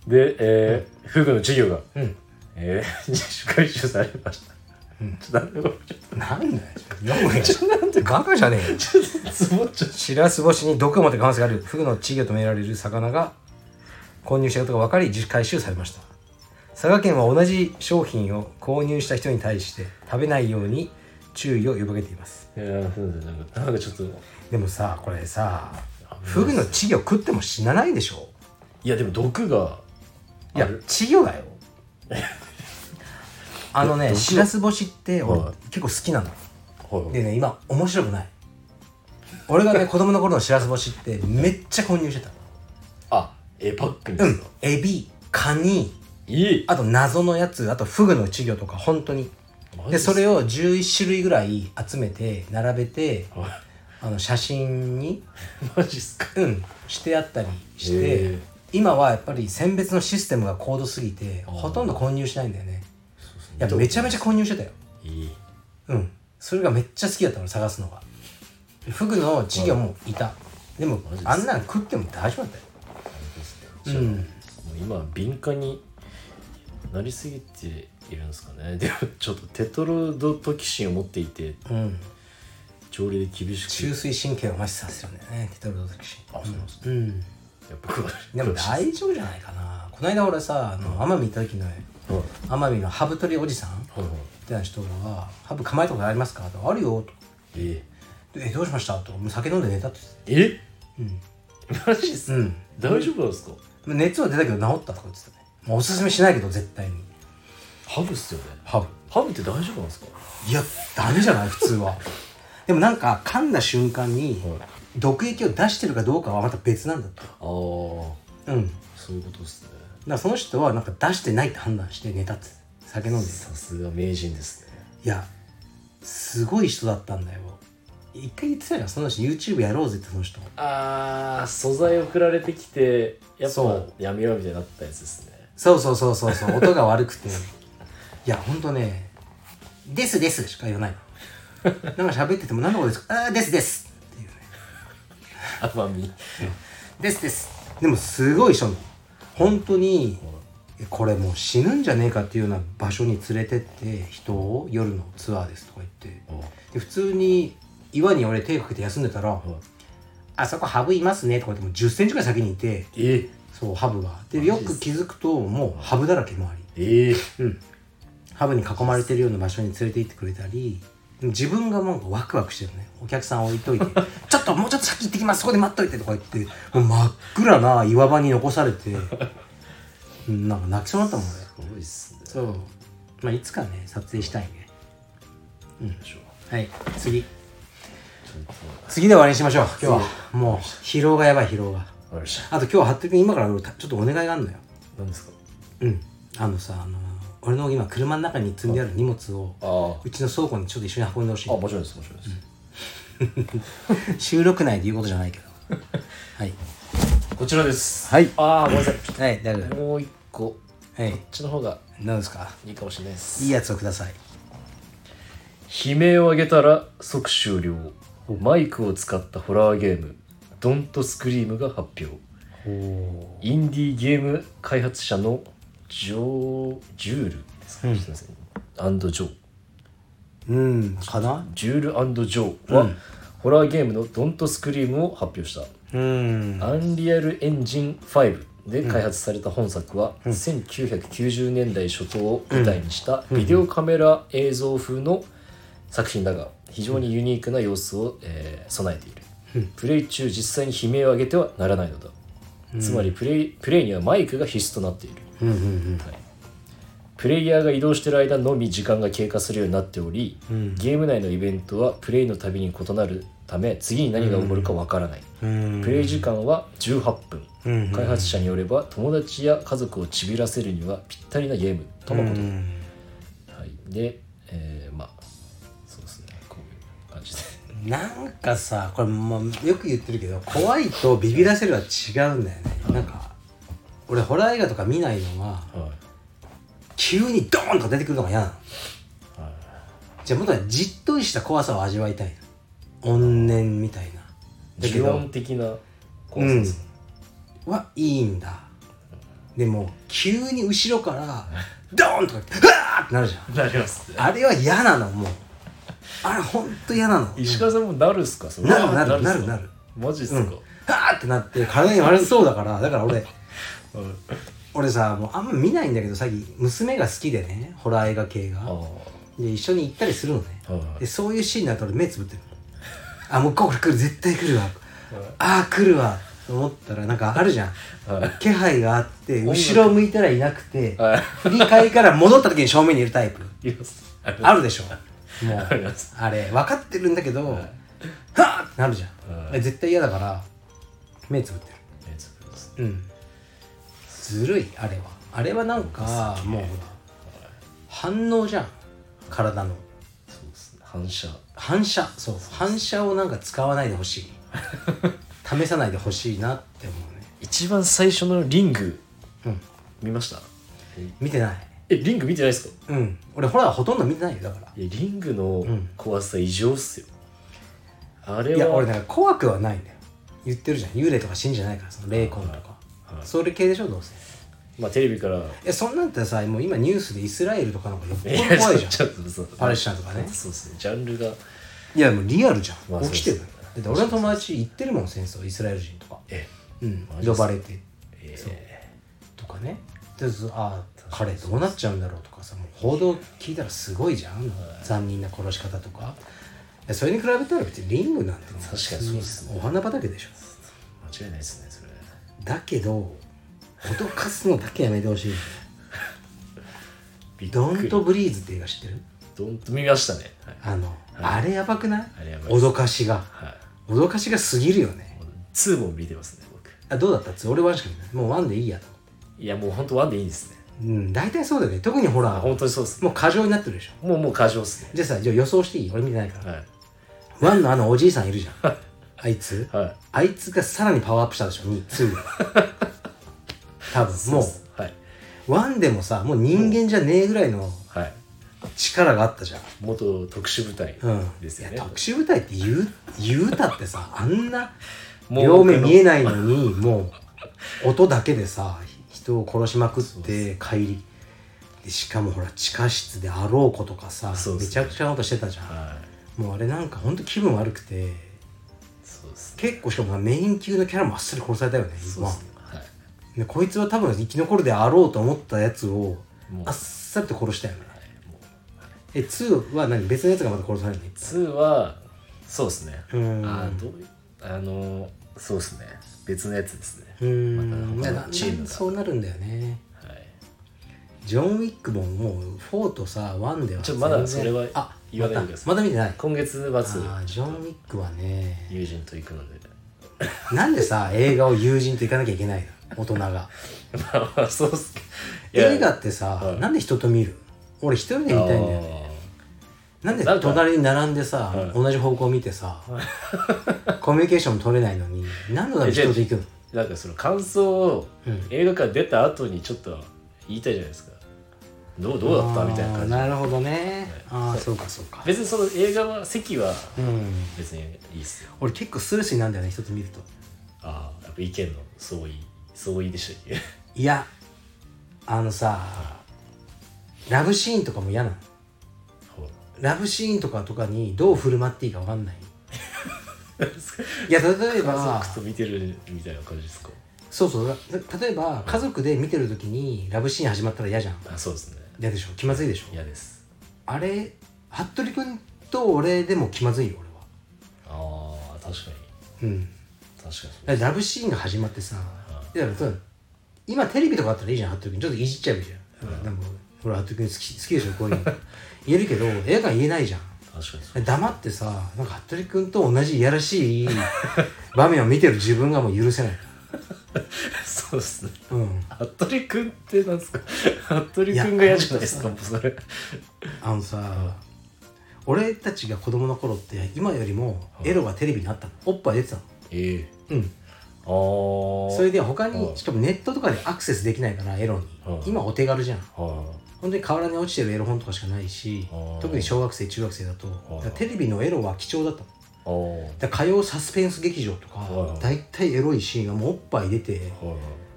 で、えーフグの稚魚が、うんえー 自主回収されました、うんちょっとなんかなんだよ読むよバカじゃねえよちょっとつぼっちゃうシラス干しに毒を持って可能性があるフグの稚魚と見られる魚が購入したことが分かり自主回収されました佐賀県は同じ商品を購入した人に対して食べないように注意を呼びかけていますいやーそうだねなんかなんかちょっとでもさこれさフグの稚魚食っても死なないでしょいやでも毒がいやある稚魚だ よあのね毒シラス干しって俺はい結構好きなのはいでね今面白くない俺がね子供の頃のシラス干しってめっちゃ購入してたあえパックにうですんか、エビカニいいあと謎のやつあとフグの稚魚とか本当にマジでっすそれを11種類ぐらい集めて並べてはあの写真にい マジっすかうんしてあったりしへてえ今はやっぱり選別のシステムが高度すぎてほとんど購入しないんだよねいやめちゃめちゃ購入してたよいいうんそれがめっちゃ好きだったの探すのがフグの稚魚もいたでもマジっすあんなの食っても大丈夫だったよじゃあ、うんもう今敏感になりすぎているんですかねでもちょっとテトロドトキシンを持っていてうん条例で厳し中く水神経を麻痺させるんだよねテトロドトキシンあそうなんですねうんやっぱ詳しいでも詳しい大丈夫じゃないかなこの間俺さあの奄美行った時のはいは奄美のハブ取りおじさんみいはいたいな人が「ハブ構えたことありますか?」と「あるよ」とえ「でえどうしました?」と「もう酒飲んで寝た」ってえ言ってマジっすうか、ん、大丈夫なんですかうん、熱は出たけど治ったとか言ってたねもうおすすめしないけど絶対にハブっすよねハブハブって大丈夫なんですかいやダメじゃない普通はでもなんか噛んだ瞬間にはい毒液を出してるかどうかはまた別なんだとああーうんだかそういうことですねらその人はなんか出してないって判断して寝たって酒飲んでさすが名人ですねいやすごい人だったんだよ一回言ってたよその人 YouTube やろうぜってその人あー素材送られてきてやっぱそやめようみたいになったやつですね そうそうそうそうそう音が悪くていやほんとね「ですです」しか言わないのなんか喋ってても何のことですか「あーですです」っていうね甘み「ですです」でもすごい人なの本当にえこれもう死ぬんじゃねえかっていうような場所に連れてって人を夜のツアーですとか言ってで普通に岩に俺手かけて休んでたら「あそこハブいますね」とか言っても1 0ンチぐらい先にいてえそうハブがマでジっよすく気づくともうハブだらけ周りええハブに囲まれてるような場所に連れて行ってくれたり自分がもうワクワクしてるねお客さん置い といて「ちょっともうちょっと先行ってきますそこで待っといて」とか言ってもう真っ暗な岩場に残されてうんなんか泣きそうになったもんねすごいっすねそうまあいつかね撮影したいねでしょうはい次ち次で終わりにしましょう今日はもう疲労がやばい疲労がかりましたあと今日服部君今から俺たちょっとお願いがあるのよ何ですかうんあのさあの俺の今車の中に積んである荷物をああうちの倉庫にちょっと一緒に運んでほしいあもちろんですもちろんです、収録内で言うことじゃないけ どはいこちらですはいああごめんなさいはい大丈もう一個夫はいこっちの方が何ですかいいかもしれないですいいやつをください悲鳴を上げたら即終了マイクを使ったホラーゲーム「ドントスクリーム」が発表おおインディーゲーム開発者のジョージュールですか、すいませんアンドジョーうんかなジュールジョーは、ホラーゲームの「ドントスクリーム」を発表したうんアンリアルエンジン5で開発された本作は、1990年代初頭を舞台にしたビデオカメラ映像風の作品だが非常にユニークな様子を、えー備えている、プレイ中実際に悲鳴を上げてはならないのだ、つまりプレイプレイにはマイクが必須となっている、うんうんうんはいプレイヤーが移動している間のみ時間が経過するようになっており、ゲーム内のイベントはプレイのたびに異なるため次に何が起こるかわからない、うんプレイ時間は18分、うん開発者によれば友達や家族をちびらせるにはぴったりなゲームとのこと、うんはい、で、えーまあそうですねこういう感じでなんかさこれ、まあ、よく言ってるけど怖いとビビらせるは違うんだよねなんか俺ホラー映画とか見ないのははい、急にドーンと出てくるのが嫌なのはい、じゃあもっとじっとりした怖さを味わいたいの怨念みたいなだけ呪ど音的な怖さですね、はいいんだでも急に後ろからドーンとかってうわーってなるじゃん なりますねあれは嫌なのもうあれほんと嫌なの石川さんもなるっすかそれなるなるっすなかるなるマジっすか、はーってなって体に悪そうだからだから俺うん俺さもうあんま見ないんだけど最近娘が好きでねホラー映画系あがあで一緒に行ったりするのねはいでそういうシーンになると俺目つぶってるあもうこれ来る絶対来るわあー来るわと思ったらなんかあるじゃんはい気配があって音楽後ろ向いたらいなくてはい振り返りから戻った時に正面にいるタイプいきますああるでしょもうありますあれ分かってるんだけどはぁってなるじゃんはいあれ絶対嫌だから目つぶってる目つぶりますうんずるいあれはあれはなんかもうほら反応じゃん体のそうですね反射反射そう反射をなんか使わないでほしい 試さないでほしいなって思うね一番最初のリングうん見ました見てないえリング見てないですかうん俺ホラーほとんど見てないよだからいやリングのん怖さ異常っすよ、あいれはや俺なんか怖くはないんだよ言ってるじゃん幽霊とか死んじゃないからその霊魂とかはいそれ系でしょどうせまあテレビからいやそんなんってさもう今ニュースでイスラエルとかの方がよっぽ いど怖いじゃんちょっとそうパレスチナとかねそうですねジャンルがいやもうリアルじゃまんあ起きてるそだうって俺の友達行ってるもん戦争イスラエル人とかえうんマジ呼っすかばれてえそうとかねでそああ彼どうなっちゃうんだろうとかさもう報道聞いたらすごいじゃん残忍な殺し方とかいやそれに比べたら別にリングなんて確かにそうっすねお花畑でしょ間違いないですねそれだけど脅かすのだけやめてほしいびっドンととブリーズって映画知ってるドンと見ましたねはい、あの、あれやばくないあれやばいっす脅かしがはい、脅かしが過ぎるよね2も見てますね僕あどうだったっつ俺ワンしか見てないもうワンでいいやと思っていやもう本当ワンでいいですねうん大体そうだよね特にホあラー本当にそうですねもう過剰になってるでしょもうもう過剰っすねじゃあさじゃあ予想していい俺見てないからはいワンのあのおじいさんいるじゃん。あいつ、はいあいつがさらにパワーアップしたでしょ、2、2。多分もはい、う、ワンでもさ、もう人間じゃねえぐらいのはい、力があったじゃん。元特殊部隊うん。ですよいねや、、特殊部隊って言う、言うたってさ、あんな、もう両目見えないのに、もう、音だけでさ、人を殺しまくって、帰り。でしかもほら地下室であろうことかさ、そうめそうちゃくちゃなことしてたじゃん、はいもうあれなんかほんと気分悪くてそうですね結構しかもメイン級のキャラもあっさり殺されたよねそうまであすねはいでこいつは多分生き残るであろうと思ったやつをもうあっさりと殺したよねもうえ2は何別のやつがまた殺されるの2はそうですねうーんあーどういうあのそうですね別のやつですねうーんいまたや他だのんチだームんがそうなるんだよねはいジョン・ウィックももう4とさ1ではちょまだ全然それはあ言わないでください、まだ見てない今月あ末ージョン・ウィックはね友人と行くので なんでさ映画を友人と行かなきゃいけないの大人がまあまあそうっすいや映画ってさ、はいなんで人と見る俺一人で見たいんだよねなんでなんか隣に並んでさ、はい同じ方向を見てさ、 コミュニケーション取れないのに何のために人と行くのあーなんかその感想をうん映画館出た後にちょっと言いたいじゃないですかどうどうだったみたいなあー感じなるほどねああそうかそうか別にその映画は席はうん別にいいっすよ俺結構スルスになんだよね人と見るとああやっぱ意見の相違相違でしたっけ いやあのさラブシーンとかも嫌なのほうラブシーンとかとかにどう振る舞っていいか分か んないいや例え家ば族と見てるみたいな感じですかそうそう例えば家族で見てる時にラブシーン始まったら嫌じゃんあそうですね嫌でしょ気まずいでしょ嫌ですあれ服部君と俺でも気まずいよ俺はああ確かにうん確かにだってラブシーンが始まってさいやだから今テレビとかあったらいいじゃん服部君ちょっといじっちゃうじゃん、なんか俺服部君好き好きでしょこういう の言えるけど映画館言えないじゃん確かにそう黙ってさなんか服部君と同じいやら しい場面を見てる自分がもう許せないそうですねうん服部君ってな んですか服部君が嫌じゃないですかもうそれあのさ、俺たちが子供の頃って今よりもエロがテレビになったのおっぱい出てたのええうんああそれで他はにいしかもネットとかでアクセスできないからエロにはい今お手軽じゃんは本当に河原に落ちてるエロ本とかしかないしはい特に小学生中学生だとだいからテレビのエロは貴重だったのいああはだから火曜サスペンス劇場とはかい大体エロいシーンがもうおっぱい出ていはい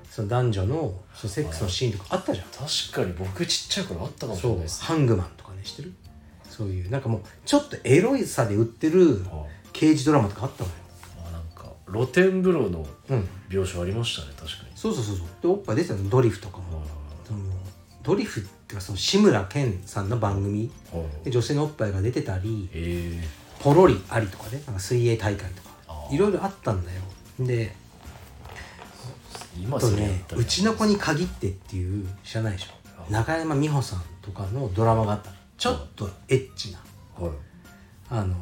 その男女のそのセックスのシーンとかあったじゃん確かに僕ちっちゃい頃あったかもしそれないでうすハングマンとかね知ってるそういうなんかもうちょっとエロいさで売ってるはい刑事ドラマとかあったのよあなんか露天風呂のうん描写ありましたね確かにそうそうそうそうでおっぱい出てたのドリフとかもそのドリフっていうかその志村けんさんの番組はいで女性のおっぱいが出てたりええポロリありとかねなんか水泳大会とかあーいろいろあったんだよであ今とそれやねっ「たらうちの子に限って」っていう知らないでしあょ中山美穂さんとかのドラマがあったのちょっとエッチなはいあの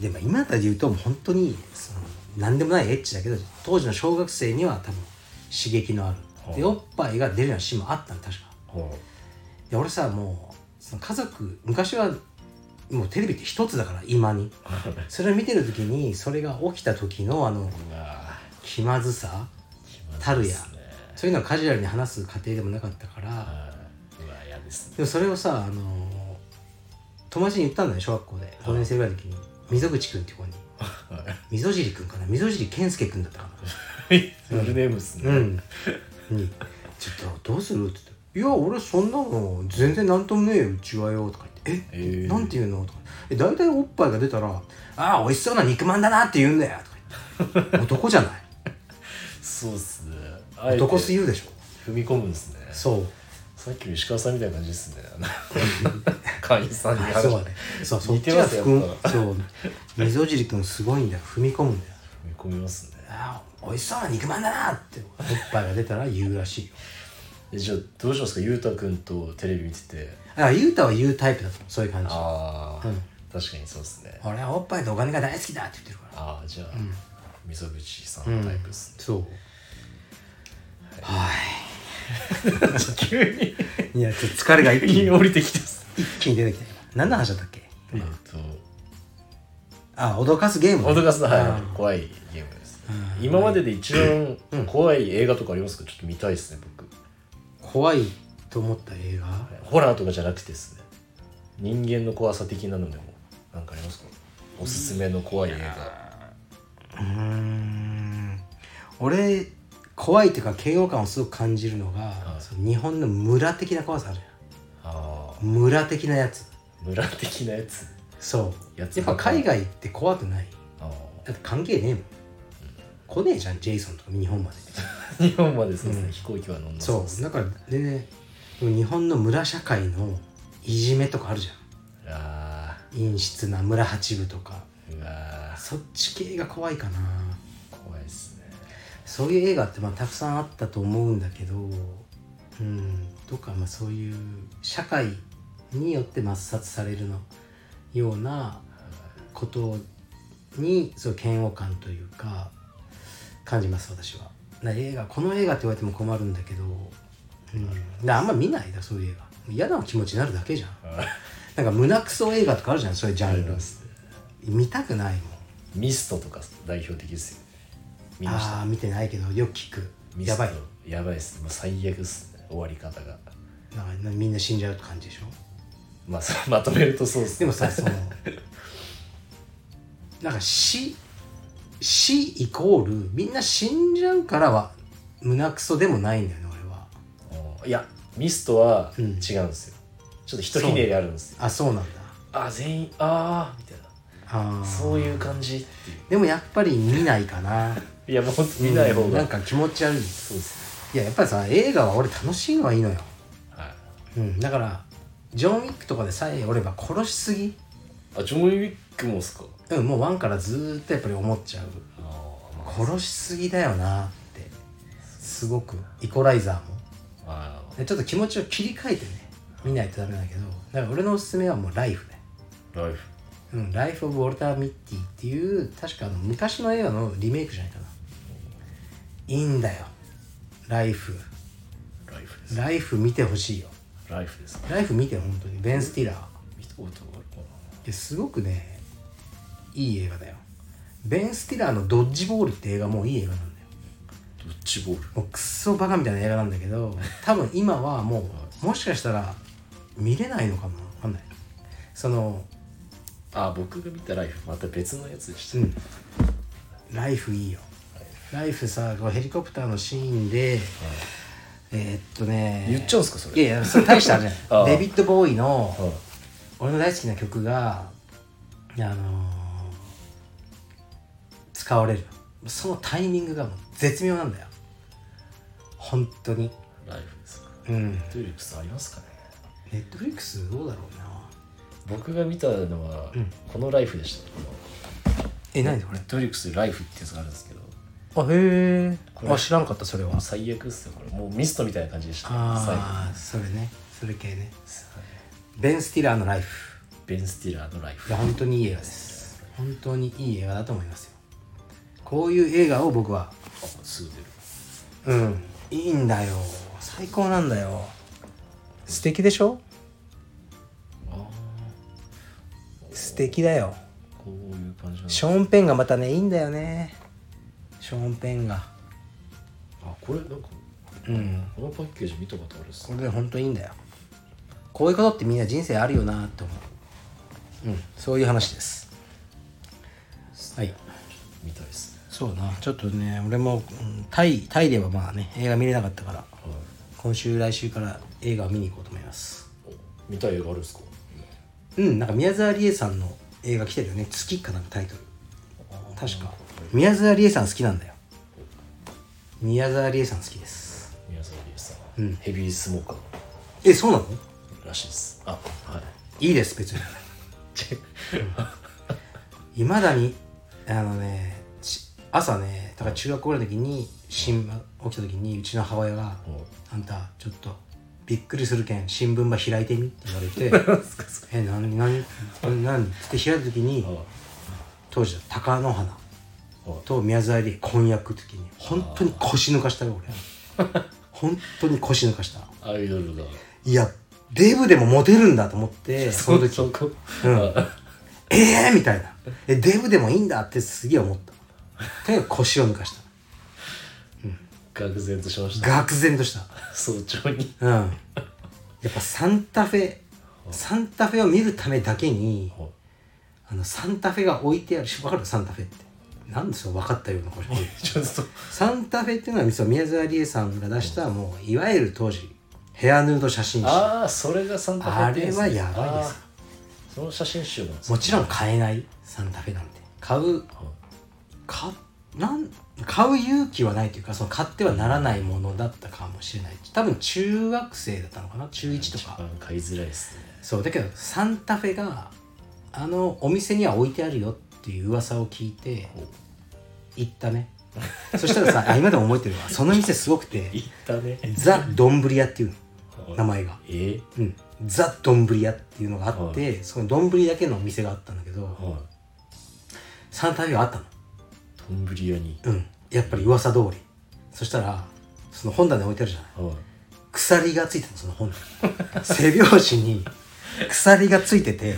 でも今だったら言うともう本当にその何でもないエッチだけど当時の小学生には多分刺激のあるではおっぱいが出るようなシーンもあったの確かはいで俺さもうその家族昔はもうテレビって一つだから今にそれを見てる時にそれが起きた時のあのうわ気まずさーたるや暇ですねそういうのをカジュアルに話す家庭でもなかったからはい。うわ嫌ですねでもそれをさあの友達に言ったんだよ小学校で5年生ぐらいの時に溝口君っていう子に溝尻君かな溝尻健介君だったかフルネームっすね、なうんに「ちょっとどうする?」って言って「いや俺そんなの全然なんともねえようちはよ」とか言って「ええーなんて言うの?」とか「え大体おっぱいが出たら「ああ美味しそうな肉まんだな」って言うんだよ」と か言って「男じゃないそうっすねあえて男すぎるでしょ踏み込むんですね」そうさっきの石川さんみたいな感じですねあの会員さんにあ話そう踏だねそうそっ似ちてまがすよ含やむっそう溝尻君すごいんだよ踏み込むんだよみ込みますねああ美味しそうな肉まんだなっておっぱいが出たら言うらしいよえじゃあどうしますかゆうたくんとテレビ見ててあゆうたは言うタイプだと思うそういう感じああ、うん確かにそうですね俺はおっぱいとお金が大好きだって言ってるからああじゃあ、溝口さうんんタイプっすね、そうは 急にいいやちょっと疲れが一急気にに降りてきたっす一気に出てきたよ何の話だったっけえっ今とあ脅かすゲーム脅かすなあはーい怖いゲームですうん今までで一番うん怖い映画とかありますかちょっと見たいですね僕怖いと思った映画ホラーとかじゃなくてですね人間の怖さ的なのでもなんかありますかおすすめの怖い映画うーん俺怖いっていうか嫌悪感をすごく感じるのが、いその日本の村的な怖さあるあじゃん村的なやつー村的なやつそうややつっぱ海外って怖くないあだって関係ねえもん来ねえじゃんジェイソンとか日本までー 日本までそうですね、飛行機は乗んなそうですうだからでねでも日本の村社会のいじめとかあるじゃんあ陰湿な村八部とかーうわーそっち系が怖いかな怖いですねそういう映画ってまあたくさんあったと思うんだけどうんとかまあそういう社会によって抹殺されるのようなことにそう嫌悪感というか感じます私はだから映画この映画って言われても困るんだけど、うん、だからあんま見ないだそういう映画嫌な気持ちになるだけじゃんなんか胸クソ映画とかあるじゃんそういうジャンル見たくないもんミストとか代表的ですよ見ましたああー見てないけどよく聞くミスやばいトやばいっすもう最悪っすね終わり方がだからみんな死んじゃうって感じでしょまあそうまとめるとそうっすでもさその なんか死死イコールみんな死んじゃうからは胸クソでもないんだよね俺はうんいやミストは違ううんんですよ、ちょっとひとひねりあるんですよあそうなんだあ全員ああみたいなあーそういう感じっていでもやっぱり見ないかなういやもう 見ない方うんが、なんか気持ち悪いそうですいややっぱりさ映画は俺楽しいのはいいのよ、ねはういん、だからジョン・ウィックとかでさえ俺は殺しすぎあジョン・ウィックもっすかうんもうワンからずーっとやっぱり思っちゃうあー、ま殺しすぎだよなってすごくイコライザーもああでちょっと気持ちを切り替えてね見ないとダメだけどだから俺のおすすめはもう「ライフねライフ「うん、ライフ・オブ・ウォルター・ミッティ」っていう確かあの昔の映画のリメイクじゃないかないいんだよ「ライフ」ライフで「すライフ」見てほしいよライフです「ライフ」見て本当にベン・スティラー見たことあるかですごくねいい映画だよベン・スティラーの「ドッジボール」って映画もういい映画なんだよなドッジボールもうクソバカみたいな映画なんだけど多分今はもうもしかしたら見れないのかもわかんないそのあー僕が見たライフまた別のやつでしうた、んライフいいよライフさこうヘリコプターのシーンで、えーっとね言っちゃうんすかそれいやいやそれ大 したあれじゃあんあデビッド・ボーイのはい俺の大好きな曲があのー使われるそのタイミングがもう絶妙なんだよ本当にライフですかうんトゥーリップスありますかねネットフリックスどうだろうな僕が見たのは、このライフでしたこのえ何ネットフリックスでライフってやつがあるんですけどあへこえれあ知らんかったそれは最悪っすよこれもうミストみたいな感じでした最後ああそれねそれ系ねですベン・スティラーのライフベン・スティラーのライいフや本当にいい映画です本当にいい映画だと思いますよこういう映画を僕はあすぐ出るうんいいんだよ最高なんだよ素敵でしょあ素敵だよこういう感じなんだショーン・ペンがまたねいいんだよねショーン・ペンがあこれなんかうんこのパッケージ見たことあるっすこれで本当いいんだよこういうことってみんな人生あるよなって思ううんそういう話ですはいみたいですねそうだなちょっとね俺も、うんタイタイではまあね映画見れなかったからはい今週来週から映画を見に行こうと思いますお見たい映画あるっすかうんなんか宮沢りえさんの映画来てるよね「月」かなんかタイトル確か宮沢りえさん好きなんだよ宮沢りえさん好きです宮沢りえさん、うんヘビースモーカーえそうなのらしいですあはいいいです 別に いまだにあのねち朝ねだから中学校ぐらいの時に新聞起きた時にうちの母親がも「あんたちょっとびっくりするけん新聞ば開いてみ」って言われ て「え何何何何?」って開いた時うには当時は貴乃花いはいと宮沢りえ婚約時に本当に腰抜かしたよ俺本当に腰抜かしたアイドルがいやデブでもモテるんだと思って その時そこうんえーみたいな。え、デブでもいいんだってすげえ思った。とにかく腰を抜かした。愕然としました 愕然とした。早朝にうん。やっぱサンタフェ、サンタフェを見るためだけに、はいあの、サンタフェが置いてあるし、わかるサンタフェって。なんでそう分かったようなこれ。ちょっとサンタフェっていうのは、そう宮沢りえさんが出した、もう、いわゆる当時、ヘアヌード写真集。あああそれがサンタフェってれんすはねやばいです。あーその写真集なんですもちろん買えない、サンタフェなんて。買うろん、はいかなん買う勇気はないというかその買ってはならないものだったかもしれない多分中学生だったのかな中1と一か番買いづらいですねそうだけどサンタフェがあのお店には置いてあるよっていう噂を聞いてほう行ったねそしたらさ あ今でも覚えてるわその店すごくて行ったねザ・丼屋っていうの名前がえうんザ・丼屋っていうのがあって、そこに丼だけのお店があったんだけどはい3旅があったの丼屋にうんやっぱり噂通りそしたらその本棚に置いてあるじゃないはい鎖がついてたのその本に 背表紙に鎖がついてて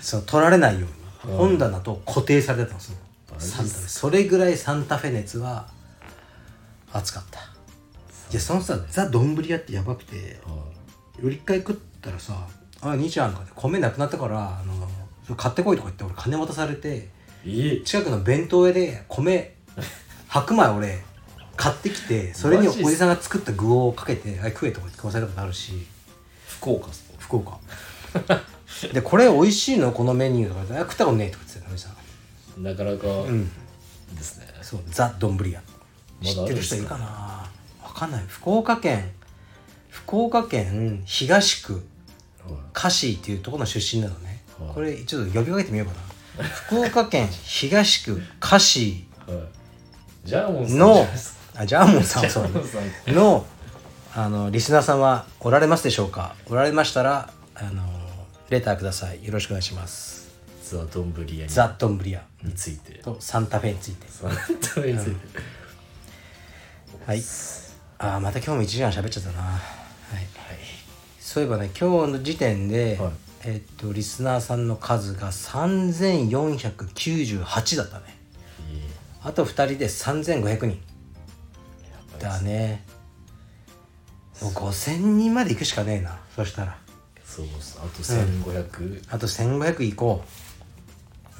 その取られないようにうん本棚と固定されてたのそのマジっすサかンタフェそれぐらいサンタフェ熱は熱かったいやそのさザ・丼屋ってやばくてはより一回食ったらさ「あ兄ちゃん」とかって米なくなったからあのそれ買ってこいとか言って俺金渡されていいい近くの弁当屋で米白米俺買ってきてそれにおマジっすじさんが作った具をかけて「あ食え」とか言って食わされたことあるし福岡っすね福岡 で「これ美味しいのこのメニュー」とか言ってあ食ったことねえ」とか言ってたおじさんなかなかうんですね、そうザ・丼屋ま知だっあてるるんです人かいるかな分かんない福岡県福岡県東区はいカシーっていうところの出身なのね、はいこれちょっと呼びかけてみようかな福岡県東区カシはい、ジャーモーンさんじゃなのいですあジャーモンさんはそうジャーだモンさんねのあのリスナーさんはおられますでしょうかおられましたらあのレターくださいよろしくお願いしますザ・ドンブリアにザ・ドンブリアについてとサンタフェについてザ・ドンブリアについてはいあーまた今日も1時間喋っちゃったなはいはいそういえばね今日の時点で、はいえっとリスナーさんの数が3498だったねいいあと2人で3500人やっぱだねもう5000人まで行くしかねえなそしたらりそうっすあと1500、あと1500行こ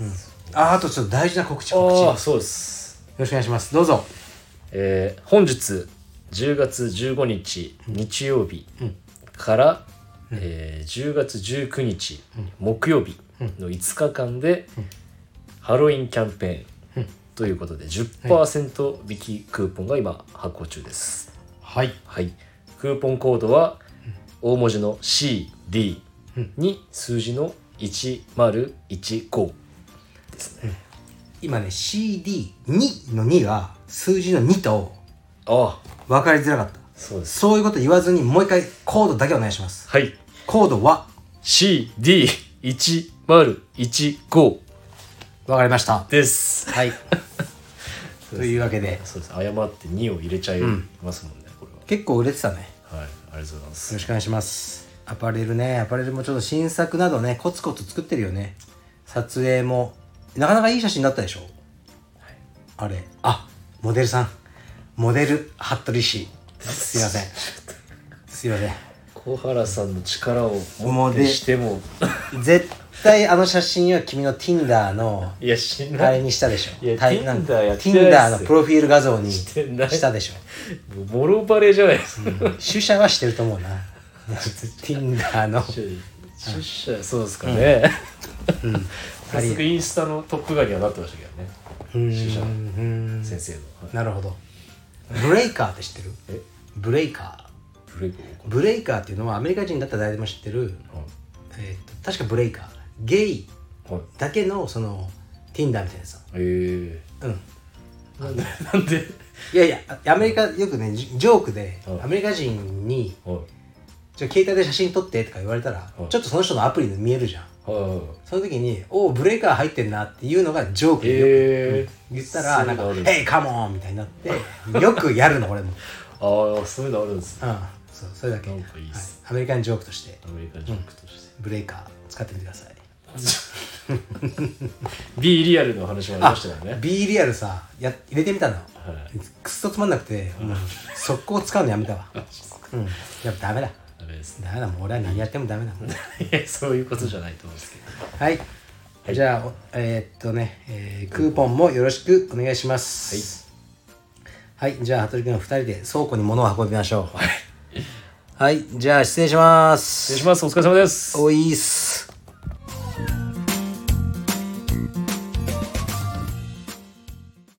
う、うん、ああとちょっと大事な告知告知よああろしそうですくお願いしますどうぞえー、本日10月15日日曜日から、えー、10月19日木曜日の5日間で、ハロウィンキャンペーンということで10%引きクーポンが今発行中です、はいはい、クーポンコードは大文字の CD に数字の1015ですね。今ね CD2 の2が数字の2とああ、分かりづらかったそうです。そういうこと言わずにもう一回コードだけお願いしますはい、コードは CD1015 分かりましたです。はいというわけでそうです。誤って2を入れちゃいますもんね、これ結構売れてたねは。はい、ありよがとうございまろす。しくお願いしますアパレルねアパレルもちょっと新作などねコツコツ作ってるよね撮影もなかなかいい写真だったでしょ、あれあモデルさんモデル服部氏すいませんすいませ小原さんの力をももうっでてしても、ん絶対あの写真は君の Tinder の いや、しんあなれい。にしたでしょいやタイなん Tinder やってないっすよ Tinder のプロフィール画像にてないしたでしょ もうボロバレじゃないですか。主者はしてると思うな Tinder の出社そうですかね、あ 早り速インスタのトップガンにはなってましたけどね出社うん先生の、はいなるほどブレイカーって知ってるえブレイカブレイクーをブレイカーっていうのはアメリカ人だったら誰でも知ってる、えーと確かブレイカーゲイはいだけのその Tinder みたいなさえうんー、なんでなんでいやいやあアメリカよくねジジョークではいアメリカ人には「じゃあ携帯で写真撮って」とか言われたらはいちょっとその人のアプリで見えるじゃんいはその時に「おおブレイカー入ってんな」っていうのがジョークいでよくえー言ったら「なんかそういうのあるんですヘイカモン!」みたいになってよくやるの俺も。ああそういうのあるんですねうん、そうそれだけなんかいいっすはいアメリカンジョークとしてアメリカジョークとして、ブレイカー使ってみてください B リアルの話もありましたからね B リアルさや入れてみたのはいくっそつまんなくてもう速攻使うのやめたわうんやっぱダメだダメですねダメだもう俺は何やってもダメだもんいやそういうことじゃないと思うんですけどはいじゃあおえーっとね、えークーポンもよろしくお願いしますはい、じゃあ羽鳥君の2人で倉庫に物を運びましょうはい、じゃあ失礼します失礼しますお疲れ様ですおいっす